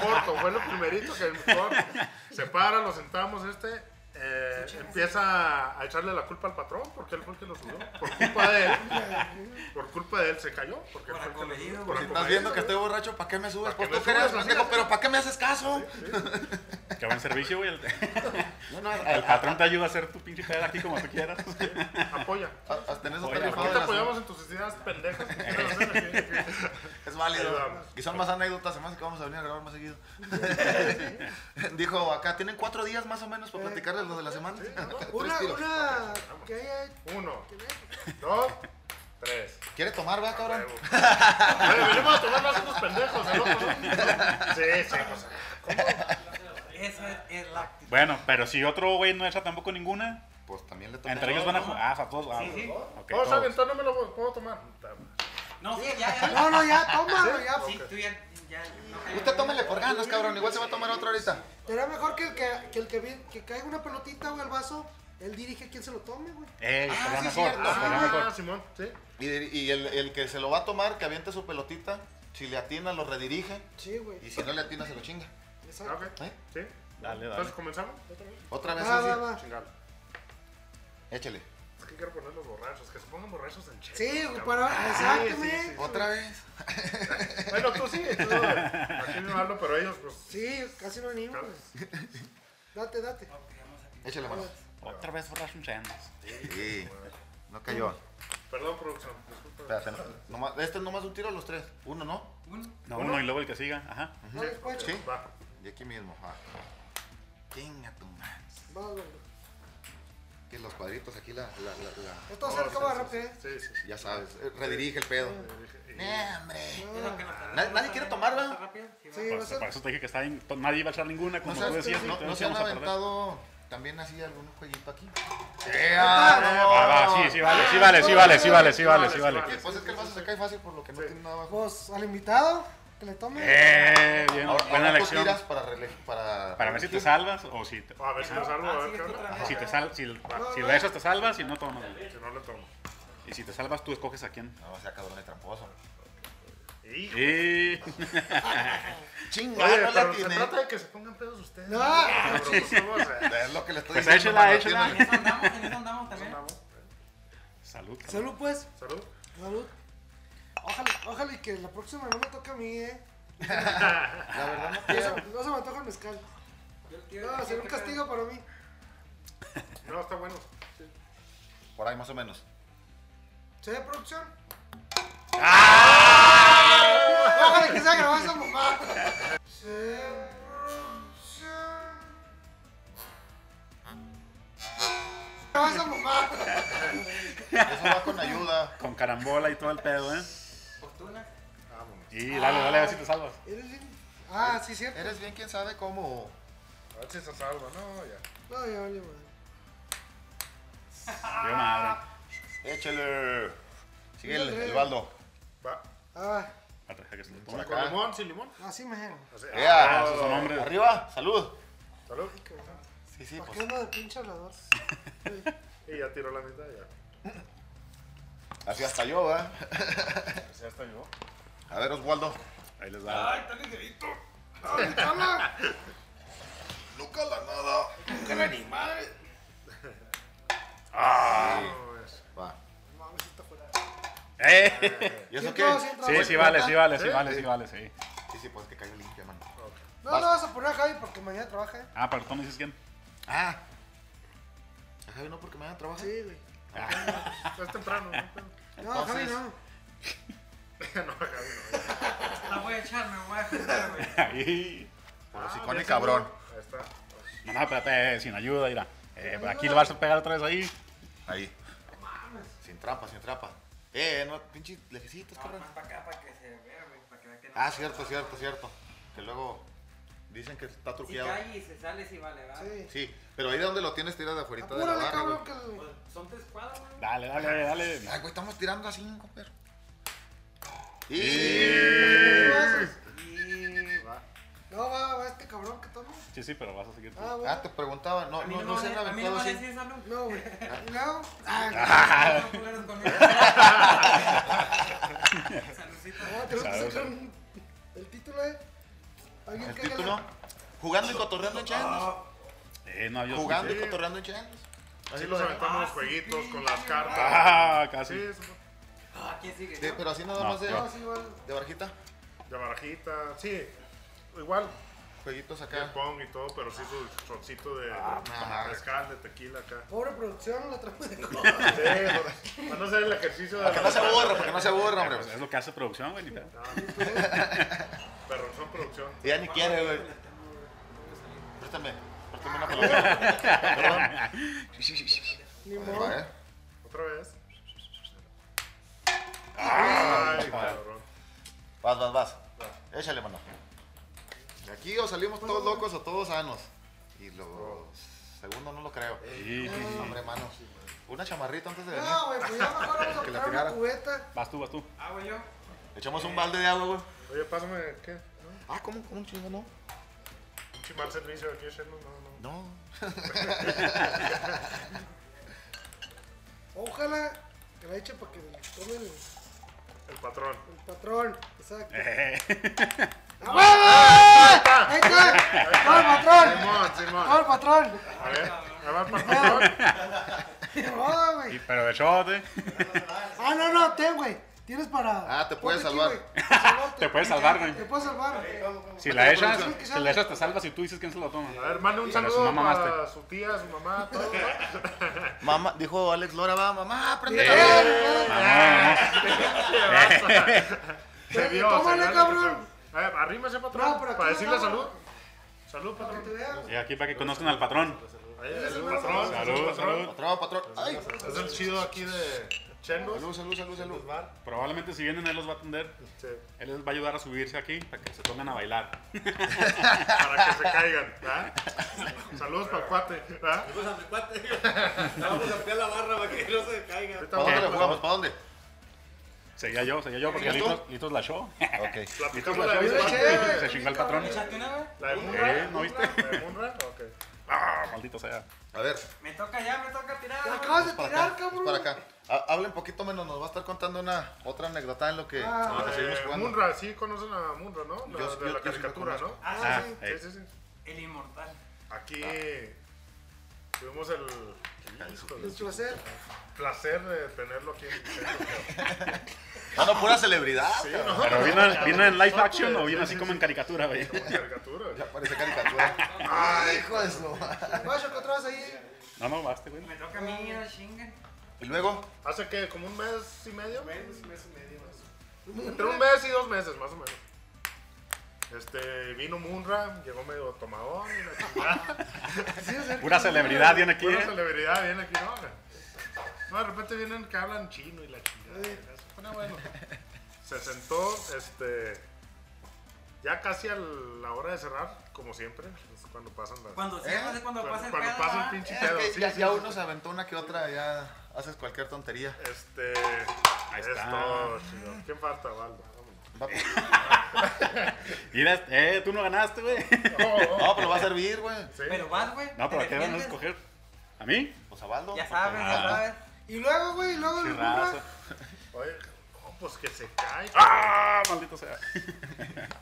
Speaker 5: Corto, fue lo primerito que corto. Se para, lo sentamos este. eh, empieza a echarle la culpa al patrón porque él fue el que lo subió. Por culpa de él. Por culpa de él se cayó. Porque él
Speaker 3: Por
Speaker 5: fue el que lo
Speaker 3: acomedido,
Speaker 5: subió.
Speaker 3: güey.
Speaker 5: Por
Speaker 1: Si estás
Speaker 5: acomedido,
Speaker 1: viendo que
Speaker 5: güey.
Speaker 1: estoy borracho, ¿para qué me subes?
Speaker 5: ¿Para
Speaker 1: Pues
Speaker 5: qué
Speaker 1: tú
Speaker 5: me
Speaker 1: que eres
Speaker 5: subes? Así
Speaker 1: pendejo,
Speaker 5: es.
Speaker 1: pero ¿para qué me haces caso?
Speaker 2: Qué buen servicio, güey. El,
Speaker 1: No, no,
Speaker 2: el patrón te ayuda eh, a hacer tu pinche tarea aquí como tú quieras.
Speaker 5: Apoya.
Speaker 1: Ah, hasta en eso
Speaker 2: Oye,
Speaker 1: está
Speaker 5: Aquí
Speaker 1: rifado
Speaker 5: te
Speaker 1: el asunto.
Speaker 5: apoyamos en tus ideas pendejas. que quieras hacer aquí.
Speaker 1: Es válido.
Speaker 5: Ayudamos.
Speaker 1: Y son más anécdotas, se me hace que vamos a venir a grabar más seguido. Dijo acá, tienen cuatro días más o menos para platicar de lo de la semana. Tres
Speaker 4: Una,
Speaker 1: tiros.
Speaker 4: una que haya
Speaker 5: Uno,
Speaker 4: que haya-
Speaker 5: dos, tres.
Speaker 1: ¿Quiere tomar, va,
Speaker 5: Ahora.
Speaker 1: cabrón?
Speaker 5: venimos a tomar más unos pendejos, el otro, ¿no? Sí, sí, pues.
Speaker 3: Eso es, es la actitud.
Speaker 2: Bueno, pero si otro güey no echa tampoco ninguna,
Speaker 1: Pues también le toca.
Speaker 2: entre ellos van a jugar. Ah, o sea, todos. Ah,
Speaker 3: Sí, sí.
Speaker 2: ok,
Speaker 5: Oh,
Speaker 2: todos.
Speaker 5: ¿saben? Entonces no me lo puedo tomar. Puta
Speaker 4: Ah,
Speaker 5: madre.
Speaker 3: No, sí, ya, ya.
Speaker 4: No, no, ya, tómalo, ya.
Speaker 3: Sí, tú ya. ya no cayó.
Speaker 1: Usted tómele por ganas, cabrón. Igual se va a tomar otro ahorita.
Speaker 4: Será mejor que el que, que, el que, vi- que caiga una pelotita, güey, al vaso. Él dirige quién se lo tome, güey.
Speaker 2: Eh,
Speaker 1: Ah,
Speaker 2: será
Speaker 1: sí,
Speaker 2: mejor.
Speaker 1: cierto.
Speaker 2: será mejor.
Speaker 5: Ah, Simón, sí.
Speaker 1: Y, y el, el que se lo va a tomar, que aviente su pelotita. Si le atina, lo redirige.
Speaker 4: Sí, güey.
Speaker 1: Y si no le atina, se lo chinga.
Speaker 5: Ah, Ok.
Speaker 4: Exacto.
Speaker 1: ¿Eh?
Speaker 5: Sí.
Speaker 2: Dale, dale.
Speaker 5: Entonces comenzamos.
Speaker 1: Otra vez,
Speaker 4: Va,
Speaker 1: sí,
Speaker 4: va,
Speaker 1: sí.
Speaker 4: va.
Speaker 5: Chingado.
Speaker 1: Échale.
Speaker 5: Es que quiero poner los borrachos, que se pongan borrachos en cheque.
Speaker 4: Sí, güey,
Speaker 5: cabrón.
Speaker 4: para.
Speaker 5: Sí, sí,
Speaker 4: Exactamente.
Speaker 1: Otra vez.
Speaker 5: sí. Bueno, tú sí, tú. Aquí no hablo, pero ellos, pues.
Speaker 4: Sí, casi no animo,
Speaker 5: Claro.
Speaker 4: güey. Date, date.
Speaker 3: No, queríamos aquí.
Speaker 1: Échale, mano.
Speaker 2: Otra vez borracho un chenas.
Speaker 1: Sí. No cayó.
Speaker 5: Perdón, producción. Disculpa.
Speaker 1: Espérate, no- nomás- este es nomás un tiro a los tres. Uno, ¿no?
Speaker 3: Uno.
Speaker 2: No, uno y luego el que siga. Ajá.
Speaker 4: No les puedo.
Speaker 1: Sí.
Speaker 5: Va.
Speaker 1: Y aquí mismo. Ah. Chinga tu madre.
Speaker 4: Va, güey.
Speaker 1: Que los cuadritos aquí la. la, la, la-
Speaker 4: Esto va a ser como
Speaker 5: Oh, Sí,
Speaker 4: rápido,
Speaker 5: sí,
Speaker 4: ¿eh?
Speaker 5: Sí, sí, sí.
Speaker 1: Ya sabes, eh, redirige el pedo. Nah, Eh, hombre.
Speaker 3: Es lo que nos está-
Speaker 1: Nadie- nadie quiere tomar, ¿va?
Speaker 3: ¿Está rápido? Sí,
Speaker 4: Sí,
Speaker 2: Por,
Speaker 4: va a ser.
Speaker 2: por eso te dije que está bien. Nadie iba a echar ninguna,
Speaker 1: ¿No
Speaker 2: como
Speaker 1: se,
Speaker 2: tú decías.
Speaker 1: no,
Speaker 2: entonces
Speaker 1: no se han
Speaker 2: íbamos a perder.
Speaker 1: aventado también así algún jueguito aquí? Ah, Eh,
Speaker 2: Va, Ah, va, sí, sí vale, sí vale, sí vale, sí vale, sí vale, sí vale.
Speaker 1: Pues es que el vaso se cae fácil por lo que no
Speaker 5: Sí.
Speaker 1: tiene nada abajo.
Speaker 4: Pues al invitado, que le tome.
Speaker 2: Eh, bien,
Speaker 1: Ahora,
Speaker 2: buena
Speaker 1: ahora tú
Speaker 2: elección.
Speaker 1: tiras para, rele- para,
Speaker 2: Para ver si te salvas o si te,
Speaker 5: A ver si nos salvo,
Speaker 3: Ah,
Speaker 5: a
Speaker 3: sí,
Speaker 5: ver qué
Speaker 3: es otra
Speaker 5: onda.
Speaker 3: vez.
Speaker 2: si te sal, si, si lo echas te salvas y no tomas. güey.
Speaker 5: Si no le tomo.
Speaker 2: Y si te salvas tú escoges a quién.
Speaker 1: No, sea cabrón de tramposo.
Speaker 5: Hijo.
Speaker 2: Y
Speaker 1: Chinga,
Speaker 5: Oye,
Speaker 1: no la
Speaker 5: pero se
Speaker 1: tiene.
Speaker 5: trata de que se pongan pedos ustedes.
Speaker 4: No.
Speaker 5: Cabrón, pues, ¿cómo vas a-
Speaker 1: Es lo que le estoy
Speaker 2: Pues
Speaker 1: diciendo.
Speaker 2: échela,
Speaker 1: no la
Speaker 2: échela.
Speaker 3: En
Speaker 1: tiene.
Speaker 3: eso andamos, en eso andamos también.
Speaker 2: salud.
Speaker 4: Salud, pues.
Speaker 5: Salud.
Speaker 4: Salud. Ojalá, ojalá y que la próxima no me toque a mí, ¿eh?
Speaker 1: La verdad no
Speaker 4: No
Speaker 1: quiero.
Speaker 4: se, no se me antoja el mezcal.
Speaker 3: Yo quiero-
Speaker 4: No, será un castigo para mí.
Speaker 5: No, está bueno.
Speaker 1: Por ahí más o menos.
Speaker 4: ¿Se ve producción?
Speaker 5: ¡Ah!
Speaker 4: Ojalá que se haya grabado esa mamá. Se ve producción. Grabado esa mamá.
Speaker 1: Eso va con ayuda.
Speaker 2: Con carambola y todo el pedo, ¿eh?
Speaker 3: Fortuna.
Speaker 5: Vámonos.
Speaker 2: Y dale, dale a ver si te salvas.
Speaker 4: Eres bien- Ah, sí, cierto.
Speaker 1: Eres bien quien sabe cómo.
Speaker 5: A ver si se salva. No, ya.
Speaker 4: No, ya vale, madre.
Speaker 2: Yo madre.
Speaker 1: Échale. Sigue el,
Speaker 4: Ándale.
Speaker 1: el baldo.
Speaker 5: Va.
Speaker 4: Ah,
Speaker 2: Ah, deja que se lo
Speaker 5: ¿Con
Speaker 2: tome.
Speaker 1: acá.
Speaker 5: limón? ¿Sin limón?
Speaker 4: así me jero.
Speaker 5: Así.
Speaker 1: Ea.
Speaker 2: Ah, esos son hombres.
Speaker 1: Arriba, salud.
Speaker 5: Salud.
Speaker 1: Sí, sí,
Speaker 4: ¿Para qué
Speaker 1: pues.
Speaker 4: ando de pinche hablador?
Speaker 5: Y ya tiró la mitad, ya.
Speaker 1: Así hasta yo, ¿verdad?
Speaker 5: Así hasta yo.
Speaker 1: A ver, Oswaldo.
Speaker 2: Ahí les da.
Speaker 3: está ligerito.
Speaker 4: ¡Ay, cala!
Speaker 1: Nunca la nada. Nunca la ni madre.
Speaker 2: Ah.
Speaker 1: Va.
Speaker 4: Mames, está fuera.
Speaker 2: ¡Eh!
Speaker 1: ¿Y eso
Speaker 4: ¿Quién
Speaker 1: qué?
Speaker 4: entró? ¿Sí entró?
Speaker 2: Sí, sí vale, sí vale, sí vale, sí vale, sí.
Speaker 1: Sí, sí, pues que cayó limpia, mano.
Speaker 4: No, no vas a poner a Javi porque mañana trabaja, ¿eh?
Speaker 2: Ah, pero tú no dices quién.
Speaker 1: Ah. A Javi no, porque mañana trabaja.
Speaker 4: Sí, güey.
Speaker 5: pues Es temprano, ¿no?
Speaker 4: No,
Speaker 1: Entonces-
Speaker 4: Javi no.
Speaker 5: No, Javi, no. ya.
Speaker 3: La voy a echar, me voy a juntar, güey.
Speaker 2: Ahí.
Speaker 1: Por
Speaker 5: Ah,
Speaker 1: los
Speaker 5: ya
Speaker 1: icones,
Speaker 5: se
Speaker 1: cabrón.
Speaker 5: fue. Ahí está.
Speaker 2: No, no, espérate, eh, sin ayuda, mira. Eh, por aquí le vas a pegar otra vez ahí.
Speaker 1: Ahí. Sin trampa, sin trampa. Eh, no, pinche lejecitos,
Speaker 3: No,
Speaker 1: cabrón.
Speaker 3: más para acá para que se vea, güey. Para que vea que no.
Speaker 1: Ah, cierto, cierto, cierto. Que luego Dicen que está
Speaker 3: Si
Speaker 1: truqueado.
Speaker 3: cae y se sale, si vale, ¿verdad?
Speaker 4: Sí.
Speaker 1: ah, Sí, pero ahí de donde lo tienes tiras de afuera de la
Speaker 4: Apúrale,
Speaker 1: barra, güey.
Speaker 4: cabrón, que
Speaker 3: Pues, son tres cuadras, güey.
Speaker 2: Dale, dale, dale.
Speaker 1: Ay, güey, estamos tirando a cinco, perro. Y...
Speaker 3: Y-
Speaker 4: No, va, va este cabrón que toma.
Speaker 2: Sí, sí, pero vas a seguir tú.
Speaker 4: Ah,
Speaker 1: Ah,
Speaker 4: bueno.
Speaker 1: te preguntaba, no,
Speaker 3: A mí
Speaker 1: no,
Speaker 3: no,
Speaker 1: no
Speaker 3: me
Speaker 1: se han
Speaker 3: van a- a mí no me
Speaker 1: aventado
Speaker 3: van a
Speaker 1: así.
Speaker 3: decir salud.
Speaker 4: No, güey. No. Ah,
Speaker 1: Ah.
Speaker 3: No, culeros conmigo. Saludcita.
Speaker 4: Ah, tenemos
Speaker 2: Claro,
Speaker 4: que sacar
Speaker 2: claro.
Speaker 4: un- el título, eh. ¿Alguien
Speaker 1: El
Speaker 4: que haga la-
Speaker 1: título, jugando y cotorreando en Chendos.
Speaker 2: Eh, no, yo
Speaker 1: Jugando y
Speaker 5: sí.
Speaker 1: cotorreando en Chendos.
Speaker 5: Así
Speaker 1: Así lo
Speaker 5: nos
Speaker 1: de...
Speaker 5: aventamos
Speaker 3: Ah, sí,
Speaker 5: jueguitos
Speaker 3: sí,
Speaker 5: con las
Speaker 3: sí,
Speaker 5: cartas.
Speaker 2: Ah, casi.
Speaker 5: Sí, sí,
Speaker 3: Ah, ¿quién sigue?
Speaker 1: de-
Speaker 3: ¿Yo?
Speaker 1: Pero así nada
Speaker 2: No,
Speaker 1: más de,
Speaker 4: No, sí, igual.
Speaker 1: de barjita.
Speaker 5: de barajita. Sí, igual.
Speaker 1: Jueguitos
Speaker 5: Ping
Speaker 1: acá.
Speaker 5: pong y todo, pero sí su shotcito de,
Speaker 1: Ah,
Speaker 5: de mezcal, de tequila acá.
Speaker 4: Pobre producción, la trajo de
Speaker 5: Sí, para- para no hacer el ejercicio de
Speaker 1: Para que no se
Speaker 5: la-
Speaker 1: aburra, para que no se aburra,
Speaker 2: Eh,
Speaker 1: hombre.
Speaker 2: pues, es lo que hace producción, güey. ni pedo.
Speaker 5: Pero son producción.
Speaker 1: Ya ni quiere, güey. Préstame, préstame una palabra.
Speaker 4: Ni modo.
Speaker 5: Otra vez. Ay, cabrón.
Speaker 1: Vas, vas, vas. Échale, mano. De aquí o salimos todos locos o todos sanos. Y lo segundo no lo creo.
Speaker 2: Sí, sí, sí.
Speaker 1: Hombre, mano. Una chamarrita antes de venir.
Speaker 4: No, güey, pues ya mejor vamos a
Speaker 1: Que la
Speaker 4: comprar una
Speaker 1: tirara.
Speaker 4: cubeta.
Speaker 2: Vas tú, vas tú.
Speaker 3: Ah, güey, yo.
Speaker 1: Echamos un balde de agua, güey.
Speaker 5: Oye, pásame, ¿qué?
Speaker 1: Ah, ¿cómo? ¿Cómo chingo, no?
Speaker 5: Un chimal servicio aquí, Shen, no, no.
Speaker 1: No.
Speaker 4: Ojalá que la eche para que le tomen el,
Speaker 5: El patrón.
Speaker 4: el patrón. Exacto.
Speaker 2: Eh,
Speaker 4: ¡A huevo! ¡Ahí está! ¡Vamos,
Speaker 5: Simón,
Speaker 4: patrón! ¡Vamos,
Speaker 5: Simón.
Speaker 4: patrón!
Speaker 5: A ver, ahí va el patrón.
Speaker 4: ¡No,
Speaker 2: y-
Speaker 4: ¡Oh, güey!
Speaker 2: pero de shot, eh.
Speaker 4: Ah, no, no, ten, güey. Tienes para.
Speaker 1: Ah, te puedes
Speaker 4: Ponte
Speaker 1: salvar.
Speaker 4: güey. Para salvarte.
Speaker 2: Te puedes salvar, güey.
Speaker 4: Te puedes salvar.
Speaker 2: Si la echas,
Speaker 4: producción.
Speaker 2: si la echas te salvas y tú dices quién se lo toma.
Speaker 5: A ver, mande un
Speaker 2: Pero su
Speaker 5: saludo
Speaker 2: mamá
Speaker 5: para
Speaker 2: está-
Speaker 5: su tía, su mamá, todo.
Speaker 1: Mamá, dijo Alex Lora, va, mamá, prende
Speaker 4: Eh,
Speaker 1: la luz.
Speaker 4: eh,
Speaker 5: Se vio,
Speaker 4: Tómale,
Speaker 5: se vio.
Speaker 4: cabrón.
Speaker 5: A ver, arrímese,
Speaker 4: No,
Speaker 5: patrón.
Speaker 4: pero aquí
Speaker 5: Para
Speaker 4: no
Speaker 5: decirle
Speaker 4: estamos.
Speaker 5: salud. Salud,
Speaker 4: Para que te
Speaker 5: patrón.
Speaker 4: vean. pues,
Speaker 2: Y aquí para que conozcan al patrón.
Speaker 5: Ahí es el patrón.
Speaker 2: Salud, salud.
Speaker 1: Patrón, patrón. Ay.
Speaker 5: Es el chido aquí de Chendos.
Speaker 1: Salud, salud, salud, salud.
Speaker 5: Bar.
Speaker 2: Probablemente si vienen él los va a atender.
Speaker 5: Sí.
Speaker 2: Él les va a ayudar a subirse aquí para que se pongan a bailar.
Speaker 5: para que se caigan, ¿verdad? Saludos para el cuate, ¿verdad?
Speaker 6: Vamos a mi cuate, digo. Vamos a ampliar la barra para que no se caiga.
Speaker 5: Ahorita
Speaker 1: ¿Para dónde
Speaker 5: vamos
Speaker 1: le jugamos? ¿Para dónde?
Speaker 2: Seguía yo, seguía yo, porque
Speaker 1: ¿Sigues tú?
Speaker 2: Litos, Litos la show.
Speaker 1: Ok.
Speaker 5: platicamos
Speaker 2: la
Speaker 5: la
Speaker 2: show
Speaker 5: de
Speaker 2: y se
Speaker 4: Yo le
Speaker 5: Munra.
Speaker 2: chingó-
Speaker 4: eché,
Speaker 2: se chingó el patrón.
Speaker 3: ¿Echaste una, güey?
Speaker 5: ¿La de
Speaker 2: Eh,
Speaker 5: Munra?
Speaker 2: ¿no viste?
Speaker 5: ¿La de Munra? Ok.
Speaker 2: Ah, maldito sea.
Speaker 1: A ver,
Speaker 3: Me toca ya, me toca tirar.
Speaker 4: Te
Speaker 3: güey.
Speaker 4: acabas de
Speaker 1: para
Speaker 4: tirar,
Speaker 1: acá. es
Speaker 4: cabrón.
Speaker 1: para acá. Ha- Hablen poquito menos, nos va a estar contando una otra anécdota en lo que,
Speaker 4: Ah.
Speaker 1: en lo que seguimos
Speaker 5: Eh,
Speaker 1: jugando.
Speaker 5: Munra, sí conocen a Munra, ¿no?
Speaker 1: Yo-
Speaker 5: La, de
Speaker 1: yo-
Speaker 5: la
Speaker 1: yo sí la
Speaker 5: caricatura, ¿no?
Speaker 1: conozco.
Speaker 4: Ah,
Speaker 2: Ah,
Speaker 4: sí.
Speaker 2: eh.
Speaker 5: Sí, sí, sí.
Speaker 3: El inmortal.
Speaker 5: Aquí tuvimos el
Speaker 4: El placer.
Speaker 5: placer de tenerlo aquí en
Speaker 1: Ah, no, pura celebridad. cabrón.
Speaker 2: Pero vino, vino en live action o vino así como en caricatura, güey.
Speaker 5: en caricatura.
Speaker 1: Ya parece caricatura. Ay, hijo de su madre.
Speaker 4: Vaya, que otra vez ahí.
Speaker 2: No, no, baste, güey.
Speaker 3: Me toca a mí, a chinga.
Speaker 1: Y luego,
Speaker 5: Hace que como un mes y medio.
Speaker 6: Mes, mes y medio más.
Speaker 5: Entre un mes y dos meses, más o menos. Este, vino Munra, llegó medio tomadón y la chingada.
Speaker 4: Sí, es el-
Speaker 2: Pura celebridad viene aquí,
Speaker 5: Pura
Speaker 2: eh.
Speaker 5: celebridad viene aquí, ¿no? No, de repente vienen que hablan chino y la chingada. Se pone bueno. Se sentó, este. Ya casi a la hora de cerrar, como siempre, es cuando pasan las.
Speaker 3: Cuando
Speaker 1: ¿Eh?
Speaker 3: cierras es cuando
Speaker 5: cuando-
Speaker 3: pasa el
Speaker 5: cuando
Speaker 3: pedo,
Speaker 5: pasa el
Speaker 3: ¿va?
Speaker 5: pinche
Speaker 1: es
Speaker 5: pedo.
Speaker 1: que
Speaker 5: sí,
Speaker 1: ya,
Speaker 5: sí,
Speaker 1: ya
Speaker 5: sí.
Speaker 1: uno se aventó una que otra, ya haces cualquier tontería.
Speaker 5: Este.
Speaker 2: Ahí
Speaker 5: esto,
Speaker 2: está.
Speaker 5: chido. ¿Quién falta, Valdo? Vámonos.
Speaker 1: Va-
Speaker 2: Mira, eh, tú no ganaste, güey.
Speaker 5: Oh, oh,
Speaker 1: No, pero va a servir, güey.
Speaker 5: sí.
Speaker 3: Pero vas, güey.
Speaker 2: No, pero
Speaker 3: te
Speaker 2: ¿a qué van a
Speaker 3: defiendes.
Speaker 2: escoger? ¿A mí?
Speaker 1: Pues a Baldo.
Speaker 3: Ya sabes, ya
Speaker 2: Ah.
Speaker 3: sabes.
Speaker 4: Y luego, güey, y luego
Speaker 2: Sí,
Speaker 4: el
Speaker 2: raza.
Speaker 4: burra.
Speaker 5: Oye, no, pues que se cae.
Speaker 2: ¡Ah! Maldito sea.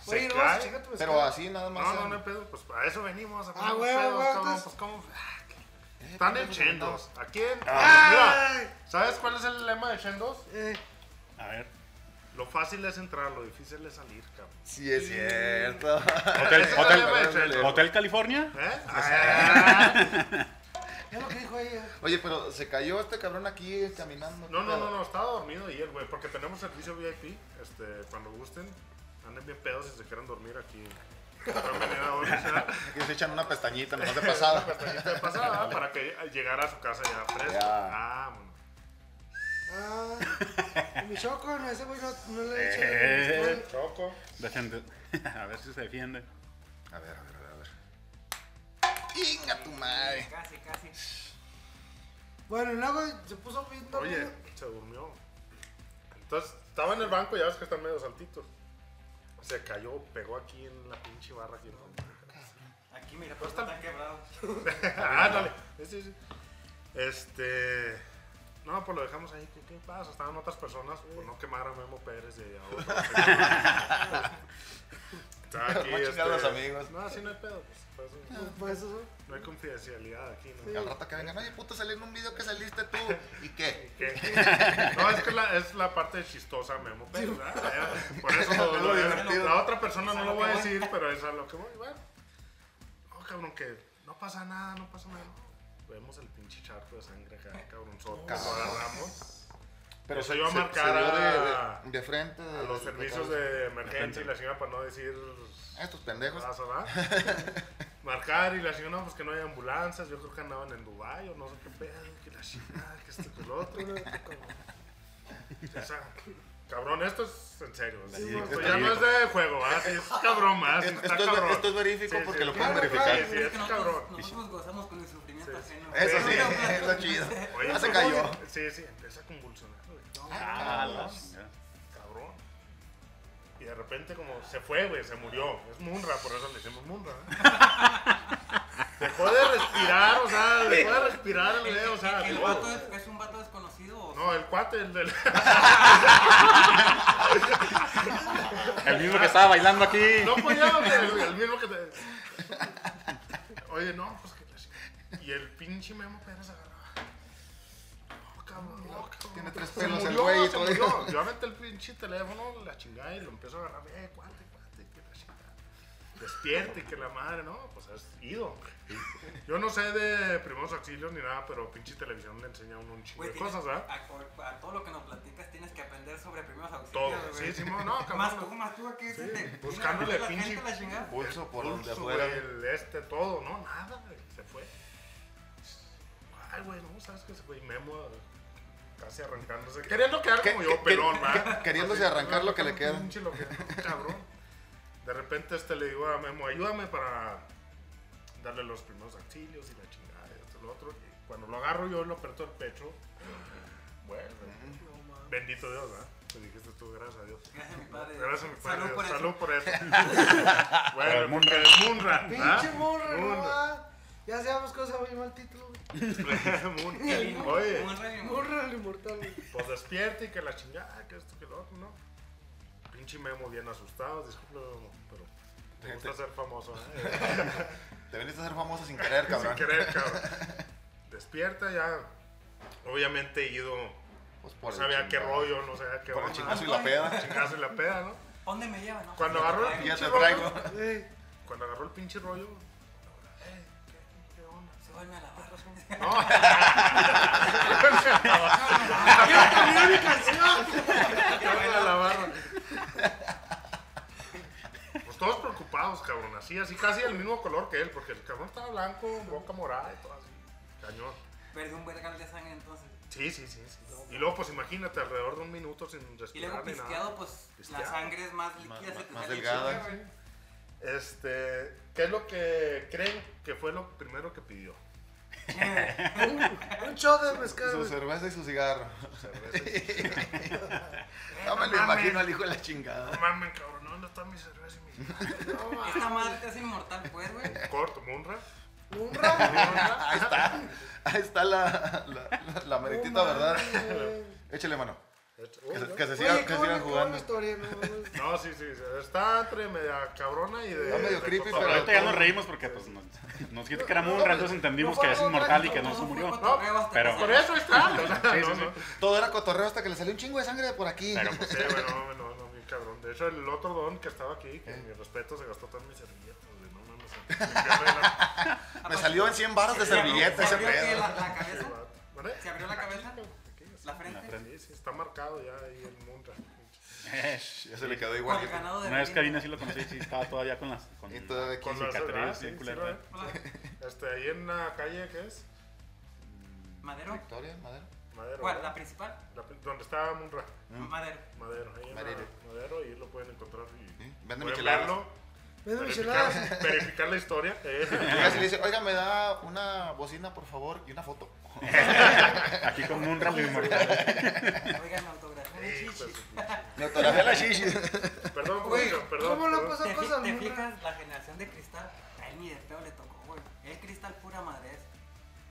Speaker 5: Se
Speaker 4: Oye, no vas a
Speaker 5: cae.
Speaker 4: chingar tu
Speaker 1: Pero
Speaker 4: mezcal.
Speaker 1: así nada más.
Speaker 5: Pues, No, no,
Speaker 1: eh,
Speaker 5: no hay pedo, pues para eso venimos, a
Speaker 4: Ah,
Speaker 5: ponernos
Speaker 4: huevo,
Speaker 5: pedos,
Speaker 4: huevo,
Speaker 5: cabrón,
Speaker 4: entonces- Eh, pues,
Speaker 5: pues cómo... Ah, que- Están en Chendos, ¿a quién?
Speaker 4: Ay.
Speaker 5: Mira, ¿sabes cuál es el lema de Chendos?
Speaker 4: Eh,
Speaker 2: A ver.
Speaker 5: Lo fácil es entrar, lo difícil es salir, cabrón.
Speaker 1: Sí, es cierto.
Speaker 2: Hotel, hotel,
Speaker 5: Ese sale, güey,
Speaker 2: hotel,
Speaker 5: chelo.
Speaker 2: California.
Speaker 5: ¿Eh? Ah,
Speaker 4: es lo que dijo ella.
Speaker 1: Oye, pero se cayó este cabrón aquí eh, caminando.
Speaker 5: No, no,
Speaker 1: ¿qué
Speaker 5: no,
Speaker 1: pedo?
Speaker 5: no, estaba dormido y el güey, porque tenemos servicio VIP, este, cuando gusten, anden bien pedos si se quieren dormir aquí. Pueden venir a dormir, ¿verdad?
Speaker 1: Aquí se echan una pestañita, nomás de pasada.
Speaker 5: Pestañita de pasada, para que llegara a su casa ya fresco.
Speaker 1: Ya.
Speaker 5: Ah, bueno.
Speaker 4: Ah, y mi choco, no, ese güey no, no le echa.
Speaker 2: Eh.
Speaker 4: mezcal.
Speaker 5: Choco.
Speaker 2: Defiende. A ver si se defiende.
Speaker 1: A ver, a ver, a ver. Chinga tu madre.
Speaker 3: Casi, casi.
Speaker 4: Bueno, y luego se puso bien dormido.
Speaker 1: Oye,
Speaker 5: Se durmió. Entonces, estaba en el banco, ya ves que están medio saltitos. Se cayó, pegó aquí en la pinche barra. Aquí en
Speaker 3: Aquí mira, todo está quebrado.
Speaker 5: ah, dale. Sí, sí. Este. No, pues lo dejamos ahí. ¿Qué, qué pasa? Estaban otras personas. Por no quemar a Memo Pérez de ahora. Está aquí. este,
Speaker 1: Va a chingar a los amigos.
Speaker 5: No, así no hay pedo. Pues, pues, no,
Speaker 4: Pues, Por eso, güey.
Speaker 5: no hay confidencialidad aquí. ¿no?
Speaker 1: al rato que vengan, oye, puto, salí en un video que saliste tú. ¿Y qué?
Speaker 5: ¿Qué? No, es que la, es la parte chistosa, Memo Pérez. ¿verdad? Por eso
Speaker 1: Es lo
Speaker 5: la-
Speaker 1: divertido.
Speaker 5: la otra persona
Speaker 3: Es a
Speaker 5: no
Speaker 3: lo
Speaker 5: lo voy a
Speaker 3: que voy.
Speaker 5: decir, pero es a lo que voy. Bueno, no, cabrón, que no pasa nada, no pasa nada. Vemos el pinche charco de sangre acá, cabrón, lo agarramos. Pero se iba a
Speaker 1: Se-
Speaker 5: marcar
Speaker 1: se dio
Speaker 5: a,
Speaker 1: de, de- de frente.
Speaker 5: a los servicios de emergencia y la señora para no decir
Speaker 1: Estos pendejos.
Speaker 5: nada, ¿verdad? Marcar y la señora, no, pues que no hay ambulancias. Yo creo que andaban en Dubái o no sé qué pedo, que la chingada, que esto, que lo otro.
Speaker 4: Uno, como-
Speaker 5: O sea, cabrón, esto es en serio. o sea,
Speaker 1: Sí,
Speaker 5: esto
Speaker 1: esto
Speaker 5: ya
Speaker 1: es
Speaker 5: no es de juego, ¿ah? Sí, es cabrón más.
Speaker 1: Esto-
Speaker 5: está
Speaker 1: esto es ver-
Speaker 5: cabrón.
Speaker 1: esto es verífico porque lo pueden
Speaker 5: claro,
Speaker 1: verificar.
Speaker 5: Sí, sí,
Speaker 3: Es
Speaker 5: es
Speaker 3: que nosotros,
Speaker 5: cabrón.
Speaker 3: nosotros gozamos con el sufrimiento ajeno.
Speaker 1: Eso
Speaker 5: Pero-
Speaker 1: sí,
Speaker 3: No,
Speaker 1: es
Speaker 3: no,
Speaker 1: lo
Speaker 3: no.
Speaker 1: chido.
Speaker 5: pues. Oye,
Speaker 1: ya se
Speaker 5: ¿cómo?
Speaker 1: cayó.
Speaker 5: Sí, sí, empieza a convulsionar. güey. No,
Speaker 2: Ah, la chingada.
Speaker 5: cabrón. Y de repente como se fue, güey, se murió. Es Munra, por eso le decimos Munra. ¿eh? Dejó de respirar, o sea, dejó de respirar el dedo, o sea,
Speaker 3: El
Speaker 5: digo,
Speaker 3: vato es, es un vato desconocido. o-
Speaker 5: No, el cuate, el del...
Speaker 2: El mismo que estaba bailando aquí.
Speaker 5: No podía, o sea, el, el mismo que te. Oye, no, pues que la- Y el pinche Memo Pérez agarraba. No, cabrón, no, cabrón.
Speaker 1: Tiene tres
Speaker 5: Se
Speaker 1: pelos el
Speaker 5: murió,
Speaker 1: güey y
Speaker 5: se
Speaker 1: todo.
Speaker 5: murió. Yo aventé el pinche teléfono, la chingada y lo empiezo a agarrar. Eh, cuate, cuate, que la chingada. Despierte, que la madre, no, pues has ido. Yo no sé de primeros auxilios ni nada, pero pinche televisión le enseña a uno un chingo
Speaker 3: Güey,
Speaker 5: de
Speaker 3: tienes-
Speaker 5: cosas, ¿verdad?
Speaker 3: A, a todo lo que nos platicas tienes que aprender sobre primeros auxilios.
Speaker 5: Todo,
Speaker 3: güey.
Speaker 5: sí, sí, no, no, cabrón.
Speaker 3: Más tú, más tú aquí. se te-
Speaker 5: buscándole
Speaker 3: la gente
Speaker 5: pinche-
Speaker 3: la chingada.
Speaker 1: Pulso por donde
Speaker 5: Pulso,
Speaker 1: afuera.
Speaker 5: güey, el este, todo, no, nada, güey, se fue. Ay, güey, no, sabes que se fue y Memo casi arrancándose. Queriendo quedar
Speaker 1: Que-
Speaker 5: como
Speaker 1: que-
Speaker 5: yo, pelón,
Speaker 1: que-
Speaker 5: ¿verdad?
Speaker 1: que- queriéndose
Speaker 5: Así,
Speaker 1: arrancar lo que le queda.
Speaker 5: pinche lo que- cabrón. De repente este le digo a Memo, ayúdame para darle los primeros auxilios y la chingada y esto y lo otro. Y cuando lo agarro yo, lo aprieto el pecho. Bueno,
Speaker 4: no mames.
Speaker 5: bendito Dios, ¿verdad? Te dijiste tú, gracias a Dios.
Speaker 3: Gracias, mi padre.
Speaker 5: Gracias, mi padre.
Speaker 3: Salud por eso.
Speaker 5: Salud por eso.
Speaker 2: Por
Speaker 5: bueno,
Speaker 2: el
Speaker 5: el ¿ah?
Speaker 2: Munra.
Speaker 5: Munra.
Speaker 1: Ah,
Speaker 5: Munra.
Speaker 4: Pinche morra, no
Speaker 5: Munra.
Speaker 4: va. Ya sabemos cómo se llama el título, güey.
Speaker 5: Munra. Oye,
Speaker 3: Un rey, un-
Speaker 4: Morra el inmortal, güey.
Speaker 5: pues despierta y que la chingada, ah, que esto, que lo otro, ¿no? Pinche Memo bien asustado, disculpe, Memo, pero te gusta ser famoso. ¿eh?
Speaker 1: Te viniste a ser famoso sin querer,
Speaker 5: Sin
Speaker 1: cabrón.
Speaker 5: querer, cabrón. Despierta ya. Obviamente ido,
Speaker 1: Pues por el
Speaker 5: no sabía qué
Speaker 1: chingado.
Speaker 5: rollo, no sabía qué
Speaker 1: Por el
Speaker 5: onda.
Speaker 1: chingazo y la peda.
Speaker 5: Chingazo y la peda, ¿no?
Speaker 3: ¿Dónde me llevan? No,
Speaker 5: Cuando
Speaker 3: pues,
Speaker 5: agarró
Speaker 3: me
Speaker 5: el
Speaker 1: Ya te
Speaker 5: pinche rollo,
Speaker 1: traigo.
Speaker 4: Ey,
Speaker 5: cuando agarró el pinche rollo, eh, ¿qué, qué onda?
Speaker 3: Súbanme a la barra.
Speaker 5: No. Yo cambié mi canción. Yo la barra. Pues todos preocupados, cabrón. Así, así, casi del mismo color que él, porque el cabrón estaba blanco, boca morada y todo así. Cañón.
Speaker 3: Perdí un vergal de sangre entonces.
Speaker 5: Sí, sí, sí. sí. Y luego, pues imagínate, alrededor de un minuto sin
Speaker 3: Y luego
Speaker 5: respirar ni nada.
Speaker 3: pisqueado, pues
Speaker 5: Pisqueado.
Speaker 3: la sangre es más
Speaker 1: Más-
Speaker 3: líquida. se te
Speaker 1: más
Speaker 3: sale
Speaker 1: delgada.
Speaker 3: chica, güey.
Speaker 5: Este, ¿qué es lo que creen que fue lo primero que pidió?
Speaker 4: un show de mezcal,
Speaker 1: Su
Speaker 4: güey.
Speaker 1: cerveza y su cigarro.
Speaker 5: Cerveza.
Speaker 1: No me lo imagino al hijo de la chingada.
Speaker 5: No mames, cabrón, ¿dónde está mi cerveza y mi cigarro? No,
Speaker 3: Esta madre te hace inmortal, pues, güey.
Speaker 5: Corto, Munra.
Speaker 4: Un ramo.
Speaker 1: Ahí está. Ahí está la, la, la, la meritita,
Speaker 4: No
Speaker 1: ¿verdad?
Speaker 4: mames, güey.
Speaker 1: Échale mano. Que se, que se sigan,
Speaker 4: Oye,
Speaker 1: que sigan
Speaker 4: qué buena- qué buena
Speaker 1: jugando.
Speaker 4: historia, no mames.
Speaker 5: No, sí, sí, sí, está entre media cabrona y de.
Speaker 1: Está medio
Speaker 5: de
Speaker 1: creepy,
Speaker 5: cotorreo.
Speaker 1: pero-
Speaker 2: Ahorita ya nos reímos porque pues, nos, nos dijiste que era Munra, entonces entendimos que es inmortal y que no se murió. pero-
Speaker 5: Por eso está. o sea,
Speaker 2: Sí, sí,
Speaker 5: no,
Speaker 2: sí.
Speaker 5: no.
Speaker 1: Todo era cotorreo hasta que le salió un chingo de sangre de por aquí.
Speaker 2: Pero
Speaker 5: pues Sí, bueno, no, no, no, bien cabrón. De hecho, el otro don que estaba aquí, que mi respeto, se gastó todas mis servilletas. güey, No mames. se-
Speaker 1: Me salió en 100 barras de servilleta
Speaker 3: ¿Se
Speaker 1: ese
Speaker 3: abrió qué, la,
Speaker 1: pedo.
Speaker 3: la
Speaker 5: Qué
Speaker 3: cabeza?
Speaker 5: vato. ¿Vale?
Speaker 3: ¿Se abrió la cabeza?
Speaker 5: Aquí, sí,
Speaker 3: ¿La frente?
Speaker 5: Sí, sí, está marcado ya ahí el Munra.
Speaker 1: Ya se le quedó
Speaker 3: Con el
Speaker 1: igual.
Speaker 3: ganado de
Speaker 2: Una vez que
Speaker 3: Medina.
Speaker 2: vine así lo conocí, sí, estaba todavía con las con
Speaker 1: Y todavía aquí.
Speaker 5: Con la
Speaker 2: cicatriz
Speaker 5: ah,
Speaker 2: bien
Speaker 5: sí, sí,
Speaker 2: culera.
Speaker 5: lo ve.
Speaker 3: Hola,
Speaker 5: Este, ahí en la calle, ¿qué es?
Speaker 3: ¿Madero?
Speaker 1: Victoria, madera.
Speaker 5: Madero.
Speaker 3: ¿Cuál?
Speaker 5: ¿verdad?
Speaker 3: ¿La principal?
Speaker 5: La pri- donde estaba Munra.
Speaker 1: Mm.
Speaker 3: Madero.
Speaker 5: Madero, ahí en la-
Speaker 1: Madero.
Speaker 5: Madero, y lo pueden encontrar y
Speaker 1: Sí, vende
Speaker 5: pueden
Speaker 1: micheladas.
Speaker 5: verlo.
Speaker 4: Vendo micheladas.
Speaker 5: Verificar, verificar la historia. eh.
Speaker 1: Llega y le dice, oiga, me da una bocina, por favor, y una foto.
Speaker 2: Aquí como un rally mortal.
Speaker 3: Oigan, autografía de
Speaker 5: Hijo de su
Speaker 3: chichi.
Speaker 5: pinche-
Speaker 1: Me autografía la shishi.
Speaker 5: Perdón,
Speaker 4: Güey,
Speaker 5: público, perdón.
Speaker 4: ¿cómo lo
Speaker 5: perdón.
Speaker 4: pasó
Speaker 3: ¿Te, fi-
Speaker 4: cosas
Speaker 3: te
Speaker 4: muy raras?
Speaker 3: fijas? La generación de cristal, a él ni de pedo le tocó, güey. El cristal pura madre es.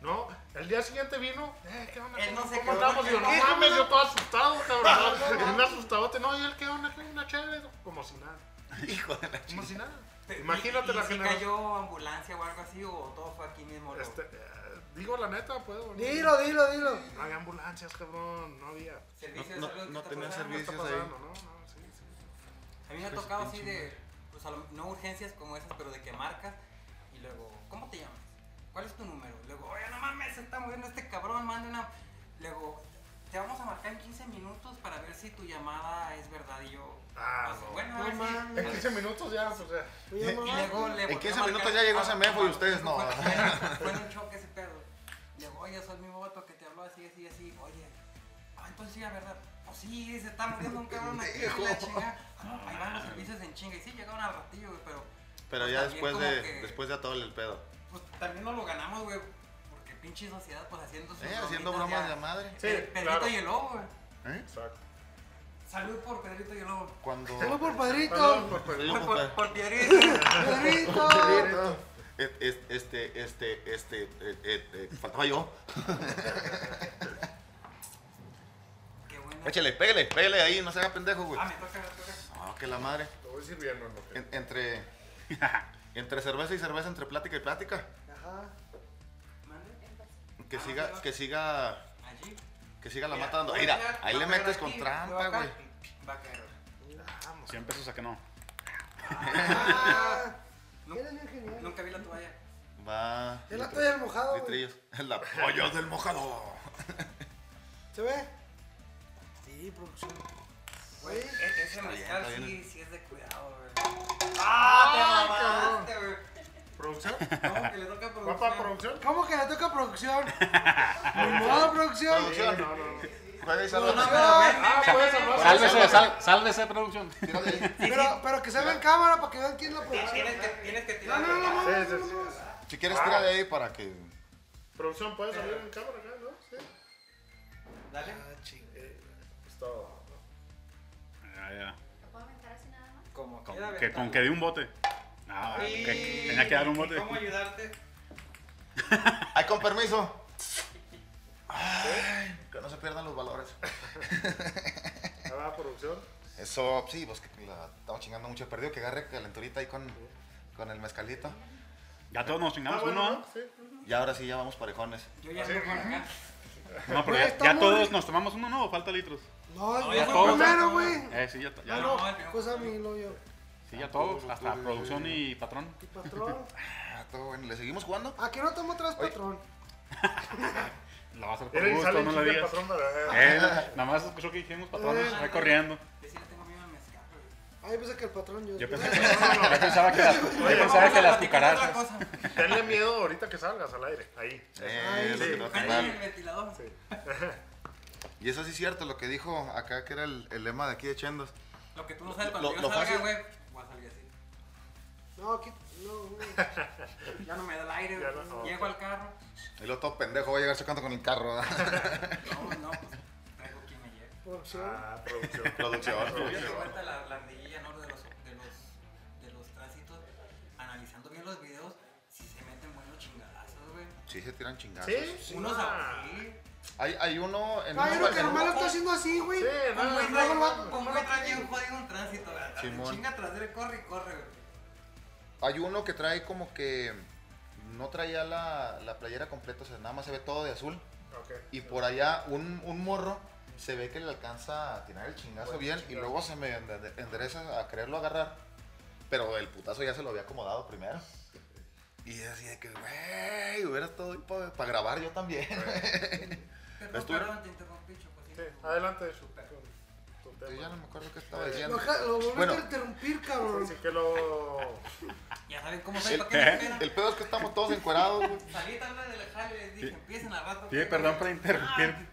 Speaker 5: No, el día siguiente vino. Eh, ¿qué onda?
Speaker 3: Él no se
Speaker 5: ¿Cómo
Speaker 3: quedó
Speaker 5: andamos?
Speaker 3: con
Speaker 5: Yo,
Speaker 3: el
Speaker 5: no
Speaker 4: ¿Qué?
Speaker 5: mames,
Speaker 4: ¿Cómo
Speaker 5: yo todo asustado, cabrón.
Speaker 4: No, no, no.
Speaker 5: Un asustadote. No, y él, ¿qué onda? ¿Qué una chévere? Como si nada.
Speaker 1: Hijo de la
Speaker 5: Como si nada.
Speaker 3: Te-
Speaker 5: Imagínate
Speaker 3: y- y
Speaker 5: la
Speaker 3: si
Speaker 5: generación.
Speaker 3: cayó ambulancia o algo así, o todo fue aquí mismo. luego?
Speaker 5: Este, eh, digo la neta, puedo.
Speaker 4: Dilo, dilo, dilo.
Speaker 5: No había ambulancias, cabrón. No había. ¿Qué
Speaker 3: Servicio de
Speaker 1: No-
Speaker 3: salud.
Speaker 1: no
Speaker 3: ¿qué te
Speaker 1: tenía
Speaker 3: acuerdas?
Speaker 1: servicio.
Speaker 5: está
Speaker 1: Vicios ahí.
Speaker 5: pasando? No, no, sí, sí.
Speaker 3: A mí me ha tocado así de, pues a lo- no urgencias como esas, pero de que marcas y luego, ¿cómo te llamas? ¿Cuál es tu número? Luego, oye, no mames, se está muriendo este cabrón, manda una... Luego, te vamos a marcar en 15 minutos para ver si tu llamada es verdad y yo...
Speaker 5: Ah,
Speaker 3: o sea,
Speaker 5: no.
Speaker 3: bueno,
Speaker 4: No
Speaker 3: a ver si-
Speaker 4: mames.
Speaker 5: En 15 minutos ya, pues ya.
Speaker 4: Voy a
Speaker 3: Y
Speaker 4: llamar.
Speaker 3: luego le
Speaker 1: En
Speaker 3: volví a
Speaker 1: 15
Speaker 3: marcar.
Speaker 1: minutos ya llegó ese mefo y ustedes no.
Speaker 3: Fue, fue- fue en un choque ese pedo. Luego, oye, soy mi voto que te habló así, así, así. Oye, ah, entonces sí, la verdad. Pues sí, se está muriendo un cabrón aquí, la chingada. Ah, ahí van los servicios en chinga. Y sí, llegaron al ratillo, güey, pero
Speaker 1: Pero
Speaker 3: Pues
Speaker 1: ya
Speaker 3: también
Speaker 1: después
Speaker 3: como
Speaker 1: de,
Speaker 3: que-
Speaker 1: después de atarle el pedo.
Speaker 3: pues también no lo ganamos, güey. Porque pinche sociedad, pues haciendo sus
Speaker 1: Eh, haciendo
Speaker 3: bromitas
Speaker 1: bromas de la
Speaker 3: ya.
Speaker 1: madre.
Speaker 5: Sí,
Speaker 3: Pe- Pedrito
Speaker 5: claro.
Speaker 3: y el lobo, güey.
Speaker 1: ¿Eh?
Speaker 5: Exacto.
Speaker 3: Salud por Pedrito y el lobo.
Speaker 1: Cuando...
Speaker 4: Salud por
Speaker 5: Perdón, pues,
Speaker 4: Padrito.
Speaker 5: por- por-
Speaker 1: Salud
Speaker 3: Por,
Speaker 1: por-
Speaker 3: por, por Pedrito.
Speaker 4: Padrito.
Speaker 1: Es- es- Este, este, este, eh, eh, eh, faltaba yo.
Speaker 3: Qué bueno.
Speaker 1: Échale, pues. pégale, pégale ahí, no se haga pendejo, güey.
Speaker 3: Ah, me toca, me toca.
Speaker 1: No, que la madre.
Speaker 5: Te voy sirviendo en lo que.
Speaker 1: En- entre, entre cerveza y cerveza, entre plática y plática.
Speaker 4: Ajá.
Speaker 3: Mande.
Speaker 1: Que
Speaker 3: Ah,
Speaker 1: siga,
Speaker 3: ok.
Speaker 1: que siga,
Speaker 3: Allí.
Speaker 1: que siga la
Speaker 3: Mira,
Speaker 1: mata dando.
Speaker 3: va a
Speaker 1: Mira,
Speaker 3: caer,
Speaker 1: ahí
Speaker 3: va
Speaker 1: le
Speaker 3: a caer
Speaker 1: metes
Speaker 3: aquí,
Speaker 1: con
Speaker 3: va
Speaker 1: trampa,
Speaker 3: a
Speaker 1: güey.
Speaker 3: caer, Va a caer.
Speaker 5: Vamos.
Speaker 2: 100 pesos a que no.
Speaker 4: Ah,
Speaker 3: Nu-
Speaker 4: Eres bien genial.
Speaker 3: Nunca vi la toalla.
Speaker 1: Va.
Speaker 4: Es la toalla del mojado, güey.
Speaker 1: Litrillos. La polla del mojado.
Speaker 4: ¿Se ve? Sí, producción.
Speaker 3: Güey,
Speaker 4: Güey.
Speaker 3: e- ese mezcal
Speaker 1: está
Speaker 3: sí,
Speaker 1: bien.
Speaker 3: sí es de cuidado, güey. ¡Ah, te mamaste, güey!
Speaker 5: ¿Producción?
Speaker 3: No, que le toca producción.
Speaker 5: ¿Va para producción?
Speaker 4: ¿Cómo que le toca producción? Ni modo, producción.
Speaker 5: Sí, no, no, no.
Speaker 1: Juega y
Speaker 3: No, no,
Speaker 1: salva.
Speaker 3: me lo venden,
Speaker 5: Ah,
Speaker 3: güey.
Speaker 5: pues, hermano.
Speaker 2: Sálvese, sal- sálvese, producción.
Speaker 1: Tírale ahí.
Speaker 4: Pero, pero que se vea en cámara para que vean quién es la
Speaker 3: Ti-
Speaker 4: producción.
Speaker 3: Tienes que, tienes que
Speaker 4: No,
Speaker 3: tirar.
Speaker 4: no, no, no,
Speaker 5: Sí,
Speaker 4: no,
Speaker 5: sí,
Speaker 4: no,
Speaker 5: sí.
Speaker 4: no.
Speaker 1: Si quieres, tírale ahí para que.
Speaker 5: Producción, ¿puedes salir en cámara acá, no? Sí.
Speaker 3: Dale.
Speaker 4: Ah, chinga.
Speaker 5: Es Pues todo.
Speaker 2: Ah, ya.
Speaker 7: ¿Lo puedo aventar así nada más?
Speaker 3: Como
Speaker 2: Con,
Speaker 3: quiera
Speaker 2: que,
Speaker 3: aventarlo.
Speaker 2: con que de un bote. Ah,
Speaker 3: Y-
Speaker 2: que- tenía que dar un bote.
Speaker 3: ¿Cómo ayudarte?
Speaker 1: Ay, con permiso. Ay, que no se pierdan los valores.
Speaker 5: Ahí va, producción.
Speaker 1: Eso, sí, pues que la estaba chingando mucho. Perdió que agarre calenturita ahí con, con el mezcalito.
Speaker 2: Ya todos nos
Speaker 5: Ah,
Speaker 2: chingamos
Speaker 5: bueno,
Speaker 2: uno.
Speaker 5: ¿no? Sí.
Speaker 1: Y ahora sí, ya vamos parejones.
Speaker 3: Yo ya estoy por acá.
Speaker 2: ¿no? No, pero
Speaker 4: Güey,
Speaker 2: ya,
Speaker 4: está
Speaker 2: ya
Speaker 4: muy-
Speaker 2: todos nos tomamos uno, ¿no? ¿O falta litros?
Speaker 4: No,
Speaker 3: No,
Speaker 4: yo
Speaker 3: ya
Speaker 4: fui
Speaker 2: todos.
Speaker 4: primero, güey.
Speaker 2: Eh, sí, ya, to- ya,
Speaker 4: Ah,
Speaker 3: No, el
Speaker 4: no,
Speaker 3: primero.
Speaker 4: pues a mí, no yo.
Speaker 2: sí, ya todos. Hasta producción y patrón.
Speaker 4: Tu patrón.
Speaker 1: Ah, todo bueno. ¿Le seguimos jugando?
Speaker 4: Aquí no tomo tres patrón.
Speaker 2: La va a hacer por
Speaker 5: Era y
Speaker 2: gusto,
Speaker 5: sale el
Speaker 2: no la
Speaker 5: chiste del
Speaker 2: digas.
Speaker 5: patrón de...
Speaker 2: Eh, nada más escuchó que dijimos patrón,
Speaker 4: Eh.
Speaker 2: se fue corriendo.
Speaker 3: Yo sí le tengo miedo al mezcal, güey.
Speaker 4: Ay, pensé que el patrón Ah, yo.
Speaker 2: Yo pensé que, yo pensaba que las, yo pensaba
Speaker 3: Vamos
Speaker 2: que
Speaker 3: a
Speaker 2: las
Speaker 3: platicar de otra
Speaker 2: cucarachas.
Speaker 3: cosa.
Speaker 5: Tenle miedo ahorita que salgas al aire. Ahí.
Speaker 1: Eh,
Speaker 4: Ay,
Speaker 1: lo que
Speaker 5: sí.
Speaker 1: no te
Speaker 3: Prende el
Speaker 1: vale.
Speaker 3: ventilador.
Speaker 1: Y eso sí es cierto, lo que dijo acá, que era el, el lema de aquí de Chendos.
Speaker 3: Lo que tú no sabes cuando
Speaker 1: Lo-
Speaker 3: yo
Speaker 1: lo
Speaker 3: salga,
Speaker 1: fácil-
Speaker 3: güey, voy a salir así.
Speaker 4: No, aquí. No, güey.
Speaker 3: Ya no me da el aire,
Speaker 5: Ya
Speaker 3: güey.
Speaker 5: no.
Speaker 3: llego al carro.
Speaker 1: El otro pendejo va a llegar chocando con el carro. ¿verdad?
Speaker 3: No, no, pues traigo quien me lleve.
Speaker 4: Producción.
Speaker 5: Ah, producción.
Speaker 1: Producción.
Speaker 3: Yo di vuelta la, la ardillilla, ¿no? de, los, de, los, de los tránsitos, analizando bien los videos, si se meten buenos chingadazos, güey.
Speaker 1: Sí, se tiran chingazos.
Speaker 5: ¿Sí?
Speaker 3: Unos
Speaker 5: Ah.
Speaker 3: así.
Speaker 1: Hay, hay uno en
Speaker 4: Ay,
Speaker 1: un-
Speaker 4: lo Ah, que
Speaker 1: en un-
Speaker 4: nomás lo está haciendo así, güey.
Speaker 5: Sí,
Speaker 4: Y
Speaker 5: Eh, no,
Speaker 4: luego
Speaker 5: no,
Speaker 4: el vato-
Speaker 5: no.
Speaker 3: Como güey trae bien jodido un tránsito, güey. Ah,
Speaker 1: Simón.
Speaker 3: Chinga tras él, corre y corre, güey.
Speaker 1: hay uno que trae como que no traía la, la playera completa, o sea, nada más se ve todo de azul.
Speaker 5: Ok.
Speaker 1: Y por allá un, un morro se ve que le alcanza a tirar el Pues, chingazo
Speaker 5: Bueno,
Speaker 1: bien y
Speaker 5: chingazo.
Speaker 1: luego se me ende- endereza a quererlo agarrar. Pero el putazo ya se lo había acomodado primero. Y yo así de que, güey, hubiera estado para grabar yo también.
Speaker 3: Perdón,
Speaker 1: Estuve-
Speaker 3: perdón, te interrumpí, Choco. sí.
Speaker 5: Sí, adelante, su, tu
Speaker 1: Yo ya no
Speaker 5: tema.
Speaker 1: me acuerdo qué estaba
Speaker 5: Eh,
Speaker 1: diciendo.
Speaker 4: Lo, ja- lo volviste
Speaker 1: Bueno.
Speaker 4: a interrumpir, cabrón.
Speaker 5: Así que lo...
Speaker 3: Ya saben cómo soy,
Speaker 1: El,
Speaker 3: ¿para qué me esperan?
Speaker 1: el pedo es que estamos todos encuerados, güey.
Speaker 3: Salí tarde del jale y les dije, empiecen al rato.
Speaker 2: Pide
Speaker 3: que-
Speaker 2: perdón por interrumpir
Speaker 3: Ah,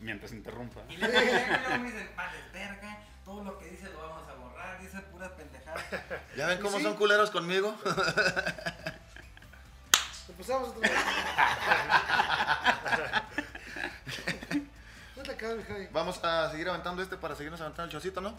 Speaker 2: mientras interrumpa.
Speaker 3: Y luego llegan y luego me dicen, vales verga, todo lo que dice lo vamos a borrar, dice puras pendejadas.
Speaker 1: ¿Ya ven cómo
Speaker 4: Sí.
Speaker 1: son culeros conmigo?
Speaker 4: Empezamos otra vez. No te acabas, mi Javi.
Speaker 1: Vamos a seguir aventando este para seguirnos aventando el chocito, ¿no?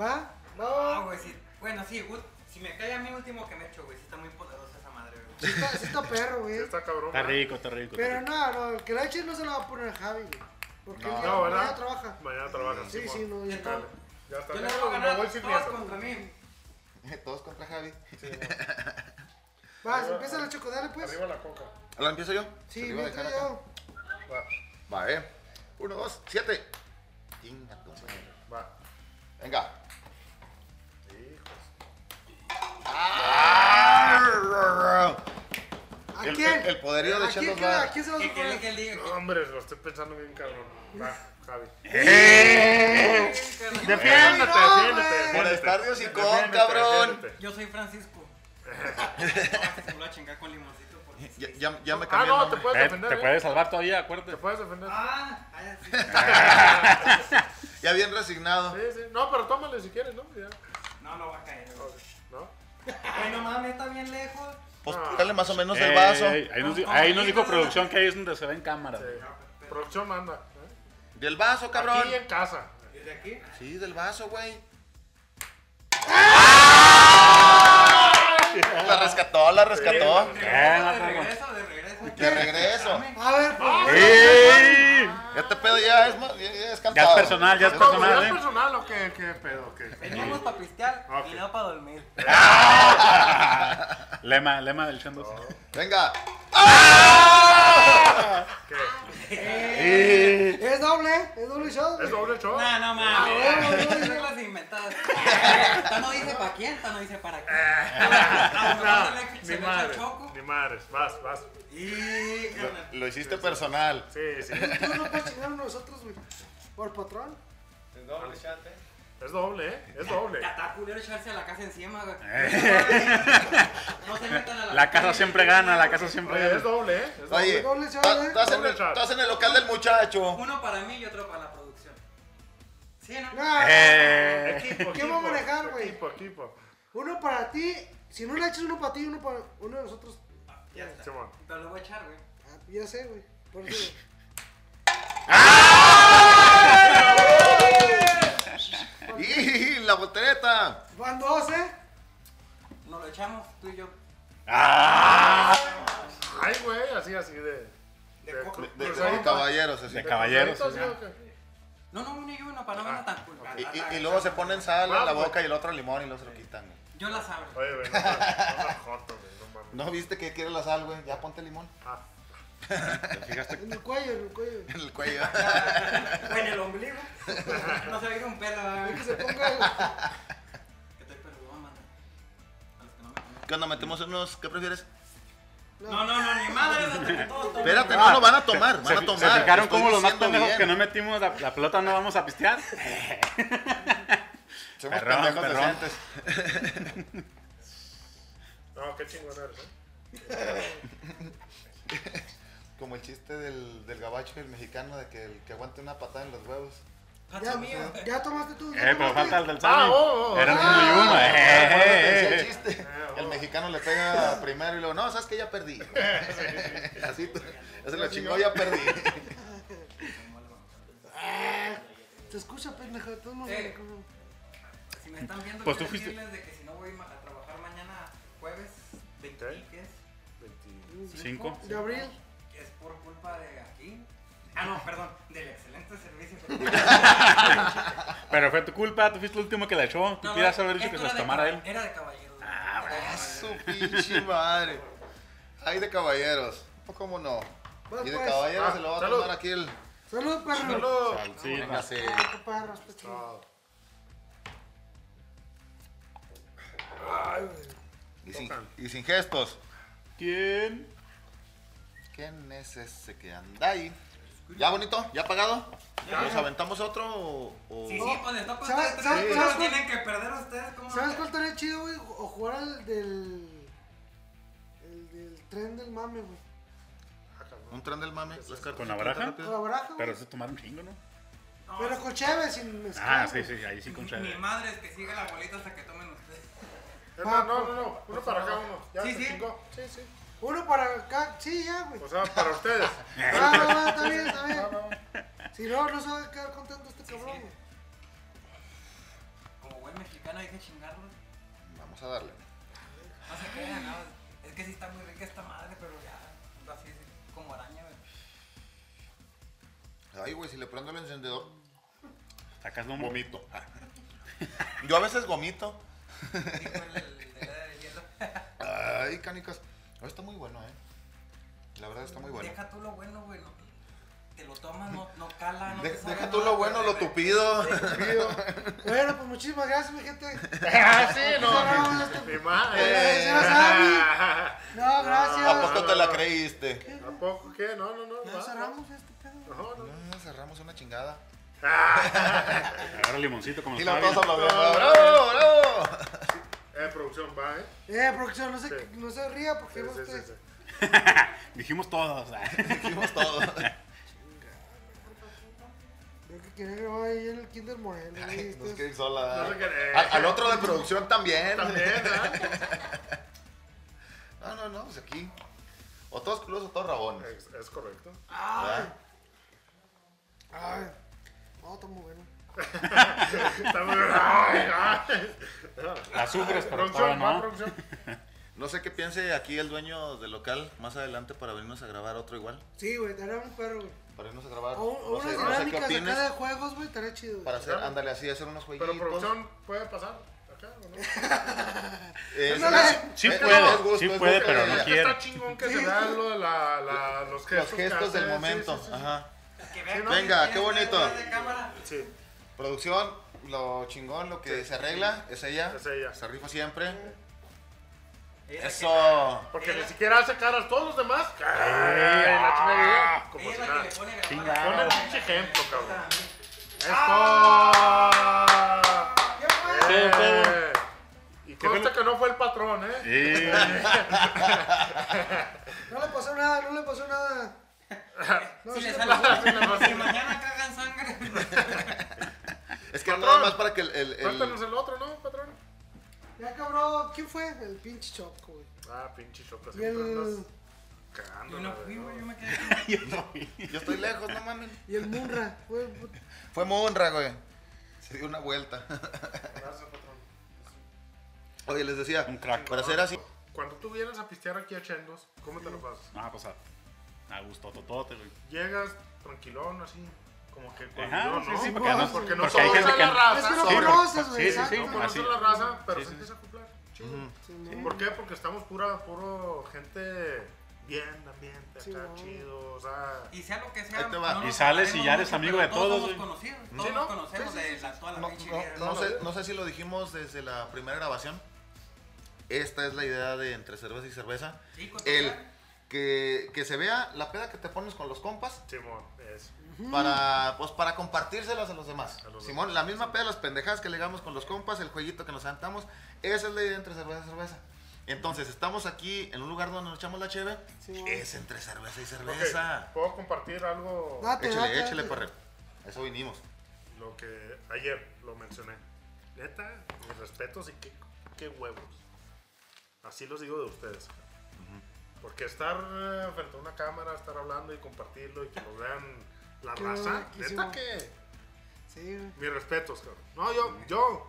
Speaker 4: ¿Va?
Speaker 3: Ah,
Speaker 4: Va.
Speaker 3: güey, sí. Bueno, sí, ut- si me cae a mí último que me echo, güey, sí está muy poderosa esa madre,
Speaker 4: Sí
Speaker 3: güey.
Speaker 4: está, sí está perro, güey.
Speaker 5: Está cabrón.
Speaker 2: Está
Speaker 5: ¿verdad?
Speaker 2: rico, está rico. está
Speaker 4: Pero
Speaker 2: rico.
Speaker 4: no, no, el que la eche no se la va a poner a Javi, güey. Porque
Speaker 1: No,
Speaker 4: él ya,
Speaker 5: no, ¿verdad?
Speaker 4: ya trabaja.
Speaker 5: Mañana trabajas.
Speaker 4: Sí, sí, no. ya.
Speaker 3: Entonces,
Speaker 5: Ya está.
Speaker 3: Yo
Speaker 5: bien.
Speaker 3: le voy a ganar
Speaker 5: voy
Speaker 3: todos
Speaker 5: sin nieto.
Speaker 3: contra mí.
Speaker 1: Todos contra Javi.
Speaker 4: Va, empieza la choco, dale pues.
Speaker 5: Arriba la coca.
Speaker 1: ¿Lo empiezo yo? Se
Speaker 4: Sí,
Speaker 1: lo iba a
Speaker 4: mientras
Speaker 1: dejar
Speaker 4: yo.
Speaker 5: Va,
Speaker 1: acá. Va, eh. Uno, dos, siete. Chinga tu madre.
Speaker 5: va.
Speaker 1: Venga.
Speaker 5: Hijos.
Speaker 4: ¿A
Speaker 1: El-
Speaker 4: quién?
Speaker 1: el- el poderío de
Speaker 4: ¿A quién,
Speaker 1: Chetos
Speaker 4: queda?
Speaker 1: va.
Speaker 4: ¿A quién se lo vas
Speaker 3: ¿Qué
Speaker 4: a
Speaker 3: quiere
Speaker 4: poner?
Speaker 3: que diga?
Speaker 5: No, hombre, lo estoy pensando bien, cabrón. Va, Javi.
Speaker 3: eh.
Speaker 4: Defiéndete, no,
Speaker 5: defiéndete,
Speaker 4: güey.
Speaker 1: Por
Speaker 5: defiéndete.
Speaker 1: estar de hocicón,
Speaker 5: Defiéndete,
Speaker 1: cabrón.
Speaker 5: defiéndete.
Speaker 3: Yo soy Francisco. Francisco, me voy a chingar con limoncito. porque sí.
Speaker 1: Ya, ya- ya me
Speaker 5: Ah,
Speaker 1: cambié
Speaker 5: no,
Speaker 1: el
Speaker 5: te
Speaker 1: nombre.
Speaker 5: puedes
Speaker 2: Eh,
Speaker 5: defender.
Speaker 2: Te
Speaker 5: eh.
Speaker 2: puedes salvar todavía, acuérdate.
Speaker 5: Te puedes defender.
Speaker 3: Ah, ah, sí.
Speaker 1: Ya bien resignado.
Speaker 5: Sí, sí. No, pero tómale si quieres, ¿no? Ya.
Speaker 3: No, no va a caer, güey.
Speaker 5: Ok, ¿No?
Speaker 3: Ay, no mames, está bien lejos.
Speaker 1: Pues
Speaker 5: Ah.
Speaker 1: dale más o menos
Speaker 2: Ey,
Speaker 1: el vaso.
Speaker 2: ey, Eh, ahí nos, di- ahí nos dijo producción que ahí es donde se ve en cámara.
Speaker 5: Sí. Producción manda. ¿eh?
Speaker 1: Del vaso, cabrón.
Speaker 5: Aquí en casa.
Speaker 3: Desde aquí.
Speaker 1: Sí, del vaso, güey. La rescató, la rescató.
Speaker 3: De
Speaker 2: Calma, calma.
Speaker 3: regreso, de regreso.
Speaker 1: De regreso.
Speaker 4: A ver,
Speaker 5: Ah.
Speaker 4: pues.
Speaker 2: ¡Ey!
Speaker 1: Este pedo ya es, ma- ya, ya es
Speaker 2: Ya
Speaker 1: cantado.
Speaker 2: es personal, ya es
Speaker 5: ¿Cómo? ¿Ya
Speaker 2: personal,
Speaker 5: es
Speaker 2: ¿eh?
Speaker 5: personal o qué, qué pedo? ¿Qué?
Speaker 3: Venimos para pistear
Speaker 5: Ok.
Speaker 3: y no para dormir.
Speaker 2: Lema, lema del Chandos.
Speaker 1: Venga.
Speaker 5: ¿Qué?
Speaker 2: Eh,
Speaker 4: Es doble, ¿eh? es doble shot. güey.
Speaker 5: ¿Es doble show?
Speaker 3: No, no
Speaker 4: Ah,
Speaker 3: mames.
Speaker 4: bueno,
Speaker 3: Son
Speaker 4: bueno.
Speaker 3: reglas inventadas. Esta no dice para quién, esta no dice para quién. Ah, bueno,
Speaker 5: No,
Speaker 3: se le- se
Speaker 5: ni
Speaker 3: le echa
Speaker 5: madres,
Speaker 3: choco.
Speaker 5: ni madres, vas, vas.
Speaker 3: Y carnal.
Speaker 1: Lo hiciste personal.
Speaker 5: Sí, sí.
Speaker 4: Tú no puedes chingar a nosotros, güey. Por patrón.
Speaker 5: Eh,
Speaker 6: El doble chat, eh.
Speaker 5: Es doble, ¿eh? Es doble.
Speaker 3: Ya está culero echarse a la casa encima, güey. No se metan a la
Speaker 2: La casa siempre gana, la casa siempre
Speaker 5: Oye, es
Speaker 2: gana.
Speaker 5: doble, ¿eh? Es doble.
Speaker 1: Oye,
Speaker 4: Doble
Speaker 1: estás
Speaker 4: shot, ¿eh?
Speaker 1: estás en,
Speaker 5: Doble
Speaker 1: el-
Speaker 5: shot.
Speaker 1: estás en el local del muchacho.
Speaker 3: Uno para mí y otro para la producción. ¿Sí, no?
Speaker 4: Nah,
Speaker 2: Eh,
Speaker 5: Equipo,
Speaker 4: ¿Quién va a
Speaker 5: equipo,
Speaker 4: manejar, güey?
Speaker 5: Equipo, equipo.
Speaker 4: Uno para ti. Si no le echas uno para ti, uno para uno de nosotros.
Speaker 3: Ya está.
Speaker 5: Simón.
Speaker 3: Pero lo voy a echar, güey.
Speaker 4: Ah, ya sé, güey. Por eso.
Speaker 1: ¡Y la botereta!
Speaker 4: Van dos, ¿eh?
Speaker 3: Nos lo echamos, tú y yo.
Speaker 5: Ay, güey, así, así de.
Speaker 3: De
Speaker 5: de-
Speaker 3: co-
Speaker 1: De, de- de
Speaker 5: cruzadito.
Speaker 1: caballeros, así.
Speaker 2: De caballeros.
Speaker 5: cruzadito,
Speaker 2: ya.
Speaker 5: ¿sí o qué?
Speaker 3: No, no, uno y uno, para no
Speaker 5: Ah,
Speaker 3: ganar tan cool.
Speaker 1: Y, y- y luego se ponen sal en la
Speaker 5: Vamos.
Speaker 1: boca y el otro limón y luego se lo quitan. güey.
Speaker 3: Yo las abro.
Speaker 5: Oye, güey, no no seas joto, güey, no mames.
Speaker 1: ¿No viste que quiere la sal, güey? Ya ponte limón
Speaker 5: Ah,
Speaker 2: ¿Te fijaste?
Speaker 4: En el cuello, en el cuello.
Speaker 1: en el cuello.
Speaker 3: O en el ombligo. No se ve un pelo,
Speaker 4: Hay
Speaker 3: güey.
Speaker 4: que se ponga.
Speaker 3: Que te perdón, manda. A los que no me conocen.
Speaker 1: ¿Qué onda? ¿Metemos unos? ¿Qué prefieres?
Speaker 3: No, no, no, ni madre, hasta que todos tomen.
Speaker 1: Espérate,
Speaker 2: Ah,
Speaker 1: no lo van a tomar,
Speaker 2: ¿Se,
Speaker 1: van a tomar.
Speaker 2: se fijaron
Speaker 1: Estoy
Speaker 2: como los más
Speaker 1: diciendo
Speaker 2: pendejos
Speaker 1: bien.
Speaker 2: que no metimos la, la pelota no vamos a pistear?
Speaker 1: Somos
Speaker 2: Perrón,
Speaker 1: pendejos
Speaker 2: perrón.
Speaker 1: decentes.
Speaker 5: no, qué chingón eres, ¿eh?
Speaker 1: Como el chiste del, del gabacho y el mexicano de que el que aguante una patada en los huevos.
Speaker 3: Pato mío.
Speaker 4: Ya, ya tomaste tú. ya
Speaker 2: Eh, pero
Speaker 4: tomaste.
Speaker 2: falta el del
Speaker 5: Ah,
Speaker 2: Sammy.
Speaker 5: oh, oh,
Speaker 2: Eran
Speaker 5: ah.
Speaker 2: uno y uno. eh,
Speaker 1: Acuérdate,
Speaker 2: eh,
Speaker 1: decía
Speaker 2: eh,
Speaker 1: el
Speaker 2: eh.
Speaker 1: chiste.
Speaker 5: Ah,
Speaker 1: El
Speaker 5: oh.
Speaker 1: mexicano le pega primero y luego, no, sabes que ya perdí. Así, tú- ya se lo chingó, ya perdí.
Speaker 4: Se escucha, pendejo. de Todos nos
Speaker 3: Eh.
Speaker 4: reconocen.
Speaker 3: Si me están viendo,
Speaker 2: Pues
Speaker 3: pues
Speaker 2: tú
Speaker 3: tú
Speaker 2: fuiste-
Speaker 3: decirles de que si no voy ma- a trabajar mañana jueves 20,
Speaker 5: Ok.
Speaker 3: que es,
Speaker 2: Cinco.
Speaker 4: De abril.
Speaker 3: que es por culpa de aquí. Ah, no, perdón, del excelente servicio.
Speaker 2: Pero fue tu culpa, tú fuiste el último que la echó. Tú
Speaker 3: No,
Speaker 2: querías haber dicho
Speaker 3: esto
Speaker 2: que se
Speaker 3: era
Speaker 2: las
Speaker 3: de
Speaker 2: tomara
Speaker 3: caba-
Speaker 2: él.
Speaker 3: Era de caballero. güey.
Speaker 2: Ah,
Speaker 3: Era de
Speaker 1: A
Speaker 3: caballero.
Speaker 1: su pinche madre. Ay, de caballeros. ¿Cómo no?
Speaker 4: Vas,
Speaker 1: Y de
Speaker 4: pues.
Speaker 1: caballeros
Speaker 5: Ah,
Speaker 1: se lo va a
Speaker 5: salud.
Speaker 1: tomar aquí el.
Speaker 4: Salud, perro.
Speaker 5: Salud.
Speaker 2: Sí,
Speaker 1: Venga, sí.
Speaker 4: Ah, qué perros, pues, sí.
Speaker 5: Ah,
Speaker 1: Y sin, y sin gestos.
Speaker 2: ¿Quién?
Speaker 1: ¿Quién es ese que anda ahí? ¿Ya bonito? ¿Ya pagado? ¿Nos aventamos otro o.? o-
Speaker 3: Sí, sí, pues les toca
Speaker 4: ¿Sabes-
Speaker 3: ustedes,
Speaker 4: sabes-
Speaker 3: ustedes
Speaker 4: sabes
Speaker 3: no
Speaker 4: cuál-
Speaker 3: tienen que perder ustedes. ¿cómo
Speaker 4: ¿Sabes
Speaker 3: no?
Speaker 4: cuál estaría chido, güey? O jugar al del. El del tren del mame, güey.
Speaker 5: cabrón.
Speaker 1: ¿Un tren del mame? Las cartas
Speaker 2: ¿Con la
Speaker 1: aquí,
Speaker 2: baraja?
Speaker 1: rápido.
Speaker 4: Con la baraja,
Speaker 2: Pero
Speaker 4: güey.
Speaker 2: eso tomaron chingo, ¿no?
Speaker 3: No,
Speaker 4: Pero con chévere, sin mezclar.
Speaker 2: Ah, sí,
Speaker 4: güey.
Speaker 2: sí, ahí sí con
Speaker 3: Mi
Speaker 2: cheve.
Speaker 3: madre es que siga la bolita hasta que tomen ustedes.
Speaker 5: Eh,
Speaker 4: Ah,
Speaker 5: No, no, no,
Speaker 4: pues-
Speaker 5: no, uno para acá, uno. Ya
Speaker 3: Sí,
Speaker 5: se
Speaker 3: sí.
Speaker 5: chingó. Sí, sí.
Speaker 4: Uno para acá, sí, ya, güey.
Speaker 5: O sea, para ustedes.
Speaker 4: Ah, no, no, está bien, está
Speaker 5: No,
Speaker 4: bien.
Speaker 5: no.
Speaker 4: Si no, no se va a quedar contento este cabrón, güey.
Speaker 3: Como buen mexicano hay que chingarlo. No
Speaker 1: Vamos a darle.
Speaker 3: se crean, no. Es que sí está muy rica esta madre, pero ya, así como araña, güey.
Speaker 1: Ay, güey, si le prendo el encendedor.
Speaker 2: Sacas un
Speaker 1: Vomito. Yo a veces vomito.
Speaker 3: Dijo el, el de la edad del hielo.
Speaker 1: Ay, canicas. Oh, está muy bueno, eh. La verdad está muy bueno.
Speaker 3: Deja tú lo bueno, güey. no- te lo tomas, no, no cala, no
Speaker 1: De-
Speaker 3: te sabe
Speaker 1: deja tú
Speaker 3: nada,
Speaker 1: lo bueno,
Speaker 3: güey.
Speaker 1: lo tupido.
Speaker 4: Bueno, pues muchísimas gracias, mi gente.
Speaker 5: Ah, sí,
Speaker 4: Cerramos
Speaker 5: no.
Speaker 4: este-
Speaker 5: Mi madre.
Speaker 4: Eh, se lo sabe. No,
Speaker 1: Ah, ¿A
Speaker 4: gracias.
Speaker 1: poco te la creíste?
Speaker 5: ¿A poco qué? No, no, no.
Speaker 4: Ya
Speaker 5: va,
Speaker 4: cerramos este pedo.
Speaker 5: va. No, no.
Speaker 1: No, Ah, cerramos una chingada.
Speaker 2: Ahora limoncito como
Speaker 1: Y
Speaker 2: lo
Speaker 1: los
Speaker 2: estaba
Speaker 1: dos
Speaker 2: viendo.
Speaker 1: aplaudieron. ¡Bravo, bravo!
Speaker 5: Eh, producción, va, eh.
Speaker 4: Eh, producción, no se,
Speaker 5: Sí.
Speaker 4: no se ría porque
Speaker 5: Sí,
Speaker 4: vos
Speaker 5: sí, sí,
Speaker 4: te-
Speaker 5: sí.
Speaker 2: Dijimos todos. ah.
Speaker 1: Dijimos todo.
Speaker 4: Yo que quería grabar ahí en el Kinder Moreno.
Speaker 1: Ay,
Speaker 4: güey, este
Speaker 1: Nos
Speaker 4: ustedes-
Speaker 1: quedé sola.
Speaker 5: No se cree.
Speaker 1: Al, al otro de producción también.
Speaker 5: También, ¿verdad?
Speaker 1: No, no, no, pues aquí. O todos culos o todos rabones.
Speaker 5: Es, es correcto.
Speaker 1: ¿verdad?
Speaker 4: Ay, no, está muy bueno.
Speaker 5: Está muy Ay, ay.
Speaker 2: Las sufres, pero todavía
Speaker 5: Producción, va,
Speaker 2: no.
Speaker 5: producción.
Speaker 1: No sé qué piense aquí el dueño del local más adelante para venirnos a grabar otro igual.
Speaker 4: Sí, güey, estaría un perro, güey.
Speaker 1: Para irnos a grabar.
Speaker 4: O, o
Speaker 1: Ah, no sé,
Speaker 4: unas
Speaker 1: no sé qué
Speaker 4: dinámicas
Speaker 1: opines.
Speaker 4: acá de juegos, güey, estaría chido. güey.
Speaker 1: Para hacer, ándale así, hacer unos jueguitos.
Speaker 5: Pero producción puede pasar acá, ¿o no?
Speaker 1: Eh,
Speaker 4: No,
Speaker 1: es-
Speaker 4: no,
Speaker 1: es-
Speaker 2: sí
Speaker 1: es-
Speaker 2: puede,
Speaker 1: es gusto,
Speaker 2: sí
Speaker 1: es
Speaker 2: puede,
Speaker 1: gusto.
Speaker 2: pero
Speaker 5: Eh,
Speaker 2: no
Speaker 5: es que
Speaker 2: quiere.
Speaker 5: Está chingón que se dan lo de la, la, los gestos.
Speaker 1: Los
Speaker 5: que
Speaker 1: gestos del
Speaker 5: hacen, sí,
Speaker 1: momento.
Speaker 5: sí, sí, sí.
Speaker 1: Ajá.
Speaker 3: Que vean
Speaker 5: Sí, ¿no?
Speaker 3: que
Speaker 1: Venga,
Speaker 3: tienes
Speaker 1: qué bonito.
Speaker 3: detrás de cámara.
Speaker 5: Sí.
Speaker 1: Producción, lo chingón, lo que se arregla, es ella.
Speaker 5: Es ella.
Speaker 1: Se rifa siempre.
Speaker 3: Ella
Speaker 1: Eso.
Speaker 5: Porque ni
Speaker 3: Ella-
Speaker 5: siquiera hace caras todos los demás. Ay, la chingada.
Speaker 3: Ah, que-
Speaker 5: Como
Speaker 3: ella
Speaker 5: si
Speaker 3: es la
Speaker 5: nada.
Speaker 3: que le pone a grabar.
Speaker 2: Chingado.
Speaker 5: Pon el pinche ejemplo, cabrón. ¡Esto!
Speaker 2: Ah. Sí,
Speaker 5: Eh, Y consta
Speaker 2: bueno.
Speaker 5: que no fue el patrón, ¿eh?
Speaker 2: Sí.
Speaker 4: No le pasó nada, no le pasó nada. No,
Speaker 3: Si
Speaker 4: sí
Speaker 3: le
Speaker 4: le
Speaker 3: sale
Speaker 4: pasó.
Speaker 3: jugo, si mañana cagan sangre.
Speaker 1: Es que
Speaker 5: Patrón.
Speaker 1: nada más para que el. el- el-
Speaker 5: Cuéntanos el otro, ¿no, patrón?
Speaker 4: Ya, cabrón, ¿quién fue? El pinche Choco, güey.
Speaker 5: Ah, pinche choca.
Speaker 4: Y
Speaker 5: siempre
Speaker 4: el,
Speaker 5: andas cagando,
Speaker 3: Yo no
Speaker 5: la
Speaker 3: fui,
Speaker 5: verdad.
Speaker 3: güey, yo me quedé con
Speaker 2: Yo no vi.
Speaker 1: Yo estoy lejos, no mames.
Speaker 4: y el Munra. Fue, fue-
Speaker 1: Fue Munra, güey. Se dio una vuelta.
Speaker 5: Gracias, patrón.
Speaker 1: Oye, les decía,
Speaker 2: Un crack.
Speaker 1: para hacer así.
Speaker 5: Cuando tú vienes a pistear aquí a Chendos, ¿cómo te lo pasas?
Speaker 2: No, pues a, a gusto totote, güey.
Speaker 5: Llegas tranquilón, así, como que con
Speaker 2: Ajá,
Speaker 5: ¿no?
Speaker 2: sí, sí, porque no-
Speaker 5: porque no
Speaker 2: porque hay
Speaker 5: conoces
Speaker 2: gente
Speaker 5: a
Speaker 2: que
Speaker 5: la
Speaker 2: no-
Speaker 5: raza.
Speaker 4: Es que no
Speaker 2: Sí, porque-
Speaker 4: conoces, güey.
Speaker 2: sí, sí,
Speaker 4: exacto.
Speaker 2: sí.
Speaker 5: No conoces
Speaker 2: pues, Así.
Speaker 5: la raza, pero
Speaker 2: Sí,
Speaker 5: se
Speaker 2: sí.
Speaker 5: empieza a acoplar. Chido.
Speaker 4: Simón.
Speaker 5: ¿Por qué? Porque estamos pura, puro gente bien, ambiente,
Speaker 4: Sí,
Speaker 5: acá
Speaker 4: no.
Speaker 5: chido, o sea...
Speaker 3: Y sea lo que sea.
Speaker 1: Ahí te va.
Speaker 2: Y
Speaker 3: nos
Speaker 2: sales y
Speaker 3: sabemos
Speaker 2: ya eres
Speaker 3: mucho,
Speaker 2: amigo
Speaker 3: pero
Speaker 2: de
Speaker 3: Todos
Speaker 2: todos,
Speaker 3: somos
Speaker 2: güey.
Speaker 3: conocidos.
Speaker 5: Sí,
Speaker 3: Todos
Speaker 5: ¿no?
Speaker 3: conocemos
Speaker 5: Sí, sí,
Speaker 3: de la toda la
Speaker 1: No,
Speaker 3: pinche
Speaker 1: no-
Speaker 3: vida,
Speaker 1: no sé, no sé si lo dijimos desde la primera grabación. Esta es la idea de entre cerveza y cerveza.
Speaker 3: Sí,
Speaker 1: El
Speaker 3: cotorrear.
Speaker 1: que, que se vea la peda que te pones con los compas
Speaker 5: Simón, es...
Speaker 1: para, pues, para compartírselas a los demás.
Speaker 5: A los
Speaker 1: Simón, la misma peda de las pendejadas que le damos con los compas, el jueguito que nos sentamos, esa es la idea entre cerveza y cerveza. Entonces, estamos aquí en un lugar donde nos echamos la cheve,
Speaker 4: Simón.
Speaker 1: es entre cerveza y
Speaker 5: Ok,
Speaker 1: cerveza.
Speaker 5: ¿Puedo compartir algo?
Speaker 4: Date, date,
Speaker 1: Échale, échale,
Speaker 4: date.
Speaker 1: perre. A Eso vinimos.
Speaker 5: Lo que ayer lo mencioné. Neta, mis respetos y qué, qué huevos. Así los digo de ustedes. cabrón. Porque estar eh, frente a una cámara, estar hablando y compartirlo y que nos vean la
Speaker 4: Qué
Speaker 5: raza.
Speaker 4: riquísimo.
Speaker 5: Neta que
Speaker 4: Sí, güey.
Speaker 5: mis respetos, cabrón. No, yo, yo.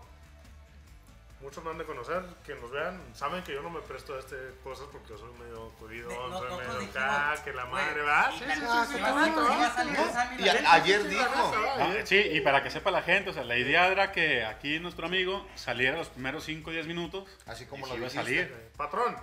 Speaker 5: Muchos me han de conocer, que nos vean, saben que yo no me presto a este cosas porque yo soy medio cuido,
Speaker 3: De-
Speaker 5: soy
Speaker 3: nosotros
Speaker 5: medio
Speaker 3: dijimos,
Speaker 5: acá, que la
Speaker 3: güey,
Speaker 5: madre va.
Speaker 3: sí,
Speaker 5: Sí,
Speaker 3: la
Speaker 5: sí,
Speaker 3: neta,
Speaker 5: sí,
Speaker 4: sí,
Speaker 5: sí,
Speaker 3: va a
Speaker 5: sí,
Speaker 3: salir-
Speaker 5: sí,
Speaker 3: va a
Speaker 5: sí,
Speaker 3: salir
Speaker 5: sí,
Speaker 3: Sammy
Speaker 1: Y a-
Speaker 3: la neta.
Speaker 1: ayer
Speaker 5: sí, la
Speaker 1: dijo.
Speaker 5: raza va,
Speaker 2: Ah,
Speaker 5: eh.
Speaker 2: sí, y para que sepa la gente, o sea, la idea era que aquí nuestro amigo saliera los primeros 5 o 10 minutos.
Speaker 1: Así como
Speaker 2: y
Speaker 1: lo
Speaker 2: se iba a
Speaker 1: dijiste.
Speaker 2: salir.
Speaker 5: Patrón.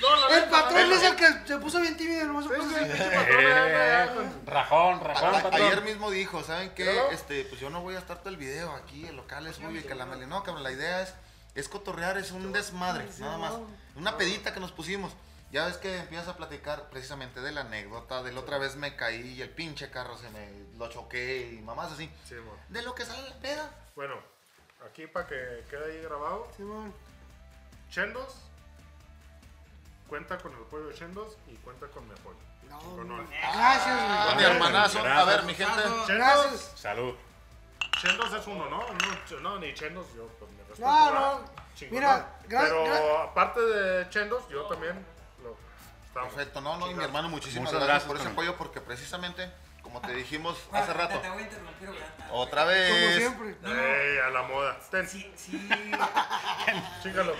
Speaker 5: No, la
Speaker 4: El
Speaker 5: neta, la
Speaker 4: patrón
Speaker 5: neta.
Speaker 4: es el que se puso bien tímido, no se
Speaker 5: Sí,
Speaker 4: puso
Speaker 5: sí,
Speaker 4: bien-
Speaker 5: pinche
Speaker 1: Eh,
Speaker 5: patrón, ya, ya, con-
Speaker 2: Rajón,
Speaker 1: A-
Speaker 2: rajón,
Speaker 1: a-
Speaker 2: patrón.
Speaker 1: eh. ayer mismo dijo, ¿saben qué?
Speaker 5: Claro.
Speaker 1: Este, pues yo no voy a estar todo el video aquí, el local es muy que la mele- No, cabrón, la idea es, es cotorrear, es un desmadre,
Speaker 4: Sí,
Speaker 1: nada más.
Speaker 4: no.
Speaker 1: Una pedita que nos pusimos. Ya ves que empiezas a platicar precisamente de la anécdota, de la otra vez me caí y el pinche carro se me lo choqué y mamás así.
Speaker 5: Sí, amor.
Speaker 1: De lo que sale la peda.
Speaker 5: Bueno, aquí para que quede ahí grabado,
Speaker 4: Simón.
Speaker 5: Chendos cuenta con el apoyo de Chendos y cuenta con mi apoyo.
Speaker 4: No,
Speaker 5: Con
Speaker 4: no.
Speaker 5: Oli.
Speaker 4: Gracias,
Speaker 1: Con
Speaker 2: Ah,
Speaker 4: güey.
Speaker 1: mi hermanazo. A ver, mi gente.
Speaker 3: Gracias.
Speaker 5: Chendos,
Speaker 4: Gracias.
Speaker 2: Salud.
Speaker 5: Chendos es uno, ¿no? No, ch- no, ni Chendos, yo pues, me respeto.
Speaker 4: No,
Speaker 5: ¿verdad?
Speaker 4: no.
Speaker 5: Chingón,
Speaker 4: Mira,
Speaker 5: ¿no?
Speaker 4: gra-
Speaker 5: Pero
Speaker 4: gra-
Speaker 5: aparte de Chendos, yo también lo estamos.
Speaker 1: Perfecto, no, no, y mi
Speaker 5: Chingón.
Speaker 1: hermano, muchísimas
Speaker 2: Muchas
Speaker 1: gracias,
Speaker 2: gracias
Speaker 1: por ese
Speaker 2: también.
Speaker 1: apoyo porque precisamente, como te dijimos
Speaker 3: Juan,
Speaker 1: hace
Speaker 3: te-
Speaker 1: rato,
Speaker 3: Ah, Te voy a interrumpir, güey. Ah,
Speaker 1: otra
Speaker 4: Como
Speaker 1: vez,
Speaker 4: siempre.
Speaker 3: No, no.
Speaker 5: Ey, a la moda. Ten,
Speaker 3: Sí, sí.
Speaker 5: chíngalo.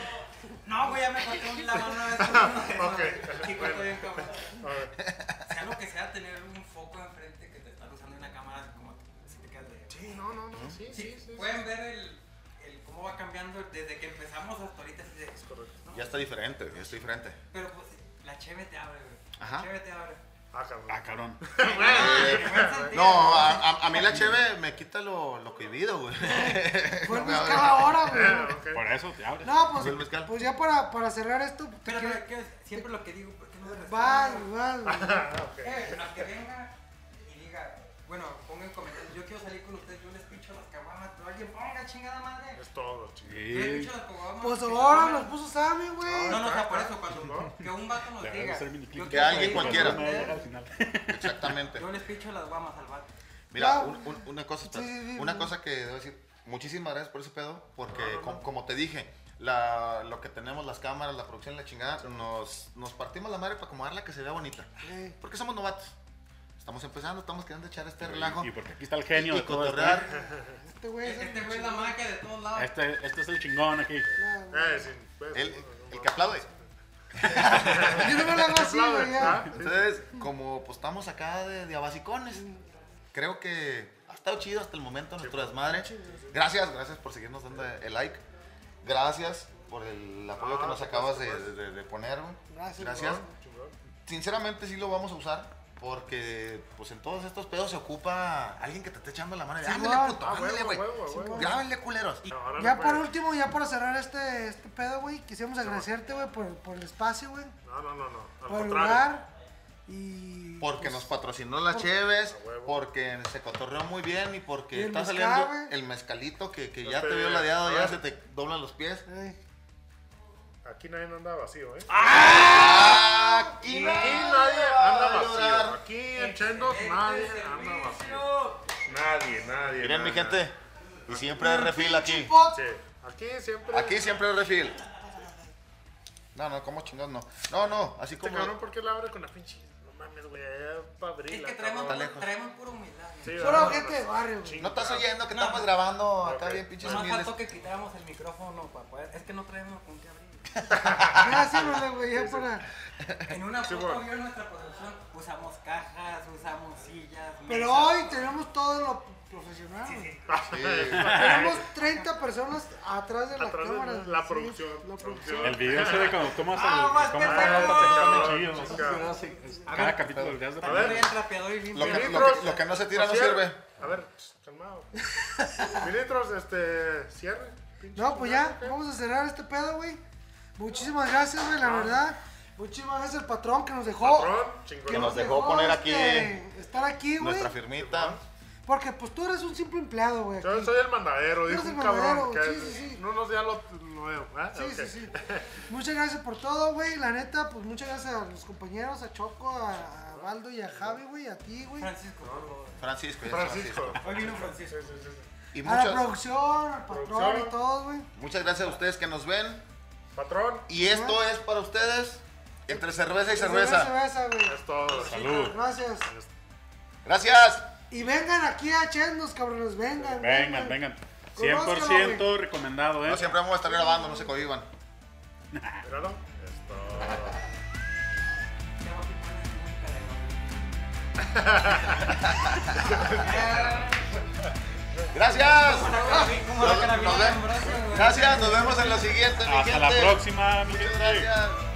Speaker 3: No, güey, ya me corté un- la mano una vez. con un-
Speaker 5: Ok,
Speaker 3: Sí,
Speaker 5: bueno.
Speaker 3: corté bien, cabrón.
Speaker 5: A ver.
Speaker 3: Sea lo que sea, tener un foco enfrente que te está usando en la cámara, como si te quedas de.
Speaker 5: Sí, no, no, no. Sí, sí, sí.
Speaker 3: Pueden ver el, el cómo va cambiando desde que empezamos hasta ahorita. así de-
Speaker 5: Es correcto.
Speaker 1: ya está diferente, ya está diferente.
Speaker 3: Pero pues, la cheve te abre, güey.
Speaker 1: Ajá.
Speaker 3: La cheve te abre.
Speaker 5: Ah, cabrón.
Speaker 2: Ah, cabrón.
Speaker 3: Ah, buen sentido.
Speaker 1: No, ah, a, a- a mí la cheve me quita lo, lo cohibido, güey.
Speaker 4: Fue el
Speaker 1: No me
Speaker 4: mezcal
Speaker 1: abra.
Speaker 4: ahora,
Speaker 5: Ah,
Speaker 4: güey.
Speaker 5: ok.
Speaker 2: Por eso te abres.
Speaker 4: No,
Speaker 1: ¿Fue el
Speaker 4: pues,
Speaker 1: mezcal?
Speaker 4: pues ya para, para cerrar esto. pues,
Speaker 3: Pero,
Speaker 4: que-
Speaker 3: pero, ¿qué? siempre lo que digo, ¿por qué no me
Speaker 4: Vas,
Speaker 3: responden?
Speaker 4: vas, güey.
Speaker 5: Ah, ok.
Speaker 3: Eh, al que venga y diga, bueno, pongan comentarios, yo quiero salir con ustedes, yo les picho las caguamas, pero alguien ponga chingada madre.
Speaker 5: Es todo, chingón.
Speaker 3: Yo les
Speaker 2: Sí.
Speaker 3: picho las caguamas.
Speaker 4: Pues
Speaker 3: que se
Speaker 4: ahora
Speaker 3: pongan-
Speaker 4: nos puso Sammy, güey.
Speaker 3: No, no, o sea, por eso,
Speaker 5: Chingón.
Speaker 3: cuando que un vato nos
Speaker 2: Le voy a
Speaker 3: diga.
Speaker 2: hacer
Speaker 3: yo
Speaker 2: miniclip.
Speaker 3: quiero
Speaker 1: Que alguien
Speaker 3: salir con
Speaker 1: cualquiera.
Speaker 2: No, llega al
Speaker 3: ustedes,
Speaker 2: final.
Speaker 1: Exactamente.
Speaker 3: Yo les picho las guamas al vato.
Speaker 1: Mira,
Speaker 4: No.
Speaker 1: un- un- una cosa, espera,
Speaker 4: Sí, sí, sí.
Speaker 1: una cosa que debo decir, muchísimas gracias por ese pedo, porque
Speaker 5: No, no, no.
Speaker 1: com- como te dije, la, lo que tenemos, las cámaras, la producción, y la chingada, nos, nos partimos la madre para acomodarla que se vea bonita.
Speaker 4: Eh,
Speaker 1: Porque somos novatos. Estamos empezando, estamos queriendo echar este relajo.
Speaker 2: Y porque aquí está el genio
Speaker 1: y
Speaker 2: de todo esto.
Speaker 1: cotorrear.
Speaker 4: Este güey es
Speaker 3: Este
Speaker 4: el
Speaker 3: güey es la maca de todos lados.
Speaker 2: Este, este es el chingón aquí.
Speaker 4: chingado, güey.
Speaker 5: Eh, sí, pues,
Speaker 1: El,
Speaker 5: no, no,
Speaker 1: el
Speaker 5: no.
Speaker 1: que aplaude.
Speaker 4: Yo no me la hago así,
Speaker 5: Aplaude,
Speaker 4: güey. ya.
Speaker 5: ¿ah?
Speaker 1: Entonces, como pues estamos acá de, de abasicones, creo que ha estado chido hasta el momento nuestro desmadre. Gracias, gracias por seguirnos dando el like. Gracias por el apoyo que
Speaker 5: Ah,
Speaker 1: nos
Speaker 5: por
Speaker 1: acabas de,
Speaker 5: supuesto.
Speaker 1: de- de poner. güey.
Speaker 4: Gracias,
Speaker 1: Gracias.
Speaker 4: güey.
Speaker 5: Chingón.
Speaker 1: Sinceramente sí lo vamos a usar. Porque pues en todos estos pedos se ocupa alguien que te esté echando la mano. y,
Speaker 4: Sí,
Speaker 1: Ándale,
Speaker 4: güey.
Speaker 1: puto,
Speaker 5: Ah, huevo,
Speaker 1: ándale, güey.
Speaker 5: huevo,
Speaker 4: Sí,
Speaker 5: huevo.
Speaker 4: güey.
Speaker 1: Grábenle, culeros. Y-
Speaker 5: Ahora
Speaker 4: Ya
Speaker 5: no pues.
Speaker 4: por
Speaker 5: puedes.
Speaker 4: último, ya para cerrar este, este pedo, güey, quisiéramos agradecerte, güey, por, por el espacio, güey,
Speaker 5: No, no, no, no. Al
Speaker 4: por el
Speaker 5: contrario.
Speaker 4: lugar y...
Speaker 1: Porque
Speaker 4: pues,
Speaker 1: nos patrocinó las Cheves,
Speaker 5: A huevo.
Speaker 1: porque se cotorreó muy bien y porque
Speaker 4: Y el
Speaker 1: está
Speaker 4: mezcal,
Speaker 1: saliendo
Speaker 4: güey.
Speaker 1: el mezcalito que, que
Speaker 5: Ya
Speaker 1: ya te
Speaker 5: te-
Speaker 1: vio ladeado,
Speaker 5: a
Speaker 1: ya
Speaker 5: ver.
Speaker 1: se te doblan los pies.
Speaker 4: eh,
Speaker 5: Aquí nadie anda vacío, ¿eh?
Speaker 1: Aquí
Speaker 5: Aquí nadie
Speaker 1: nadie
Speaker 5: anda
Speaker 1: va a
Speaker 5: vacío.
Speaker 1: llorar.
Speaker 5: Aquí en Chendos
Speaker 4: Este
Speaker 5: nadie anda vacío. Nadie, nadie.
Speaker 1: Miren mi
Speaker 5: nadie.
Speaker 1: gente, y siempre hay refil aquí.
Speaker 5: Sí, aquí siempre.
Speaker 1: Aquí siempre hay refil. No, no, como chingados no. No, no, así
Speaker 5: Este
Speaker 1: como...
Speaker 5: cabrón, ¿por qué la abre con la pinche? No mames, güey, allá pa' abrir
Speaker 3: Es
Speaker 5: la
Speaker 3: que traemos,
Speaker 1: Está
Speaker 5: cabrón.
Speaker 1: lejos.
Speaker 3: traemos pura humildad. güey.
Speaker 5: Sí,
Speaker 4: Solo
Speaker 5: ¿verdad?
Speaker 4: gente de barrio, güey.
Speaker 5: Chinga.
Speaker 1: No estás oyendo que estamos grabando acá
Speaker 5: Ok.
Speaker 1: bien pinches
Speaker 3: Nomás
Speaker 1: humildes.
Speaker 3: faltó que quitáramos el micrófono para poder. Es que no traemos con qué abrir.
Speaker 4: Gracias, güey, güey, ya para...
Speaker 3: En una
Speaker 5: Sí,
Speaker 3: foto
Speaker 5: bueno.
Speaker 3: vio nuestra producción. Usamos cajas, usamos sillas.
Speaker 4: Pero
Speaker 3: mesas.
Speaker 4: hoy tenemos todo lo profesional, güey.
Speaker 5: Sí.
Speaker 4: Tenemos 30 personas atrás de la
Speaker 5: Atrás de
Speaker 4: cámara.
Speaker 5: la
Speaker 4: sí,
Speaker 5: producción.
Speaker 4: la producción.
Speaker 2: El video ese de cuando tomas
Speaker 3: Ah,
Speaker 2: el.
Speaker 3: más
Speaker 2: cómo
Speaker 3: pendejo.
Speaker 2: está
Speaker 5: Ah,
Speaker 2: chido, ¿no?
Speaker 5: chica.
Speaker 2: Así, es-
Speaker 3: A
Speaker 2: Cada
Speaker 3: ver.
Speaker 2: capítulo lo veas de
Speaker 5: A
Speaker 3: También
Speaker 5: ver.
Speaker 3: traen trapeador y limpio.
Speaker 1: Lo que-
Speaker 5: Mililitros,
Speaker 1: lo que no se tira no
Speaker 5: cierre.
Speaker 1: sirve.
Speaker 5: A ver, pss, calmado. Mililitros, este, cierre. pinche
Speaker 4: No, pues ya,
Speaker 5: madre.
Speaker 4: vamos a cerrar este pedo, güey. Muchísimas gracias, güey, la verdad. Muchísimas gracias al patrón que nos dejó.
Speaker 5: Ah. Patrón,
Speaker 1: Que
Speaker 5: chingón.
Speaker 1: nos dejó poner aquí eh,
Speaker 4: este, Estar aquí, güey.
Speaker 1: Nuestra firmita.
Speaker 4: Porque pues tú eres un simple empleado, güey.
Speaker 5: Yo
Speaker 4: aquí.
Speaker 5: soy el mandadero,
Speaker 4: Tú
Speaker 5: dijo
Speaker 4: eres
Speaker 5: un
Speaker 4: el mandadero,
Speaker 5: cabrón. Que
Speaker 4: sí, sí, sí.
Speaker 5: en unos días lo, lo veo. ¿eh?
Speaker 4: Sí,
Speaker 5: Ok.
Speaker 4: sí, sí. Muchas gracias por todo, güey. La neta, pues muchas gracias a los compañeros, a Choco, a, a Baldo y a Javi, güey, a ti, güey. A
Speaker 3: Francisco, por favor.
Speaker 1: Francisco, ya es
Speaker 5: Francisco.
Speaker 1: Francisco.
Speaker 3: Hoy vino Francisco.
Speaker 5: Sí, sí, sí, sí.
Speaker 1: Y
Speaker 4: la
Speaker 1: muchas,
Speaker 4: producción, al patrón
Speaker 5: Producción.
Speaker 4: y todos, güey.
Speaker 1: muchas gracias a ustedes que nos ven.
Speaker 5: Patrón,
Speaker 1: Y esto es para ustedes, entre cerveza y cerveza.
Speaker 4: Cerveza, güey.
Speaker 5: es todo.
Speaker 2: Salud.
Speaker 4: Gracias.
Speaker 1: Gracias.
Speaker 4: Y vengan aquí a Chendos, cabrones, vengan.
Speaker 2: Vengan, vengan. 100% recomendado,
Speaker 1: No
Speaker 2: ¿eh?
Speaker 1: siempre vamos a estar grabando, no se cohiban.
Speaker 5: Míralo. Es todo.
Speaker 3: Ya voy a poner música de nuevo.
Speaker 1: Gracias.
Speaker 3: Como la
Speaker 1: Nos-
Speaker 3: carabina
Speaker 1: nos
Speaker 3: de
Speaker 1: ve-
Speaker 3: Ambrosio, güey.
Speaker 1: Gracias, nos vemos en la siguiente, mi
Speaker 2: Hasta la
Speaker 1: gente.
Speaker 2: próxima, mi
Speaker 1: Muchas
Speaker 2: gente.
Speaker 1: gracias.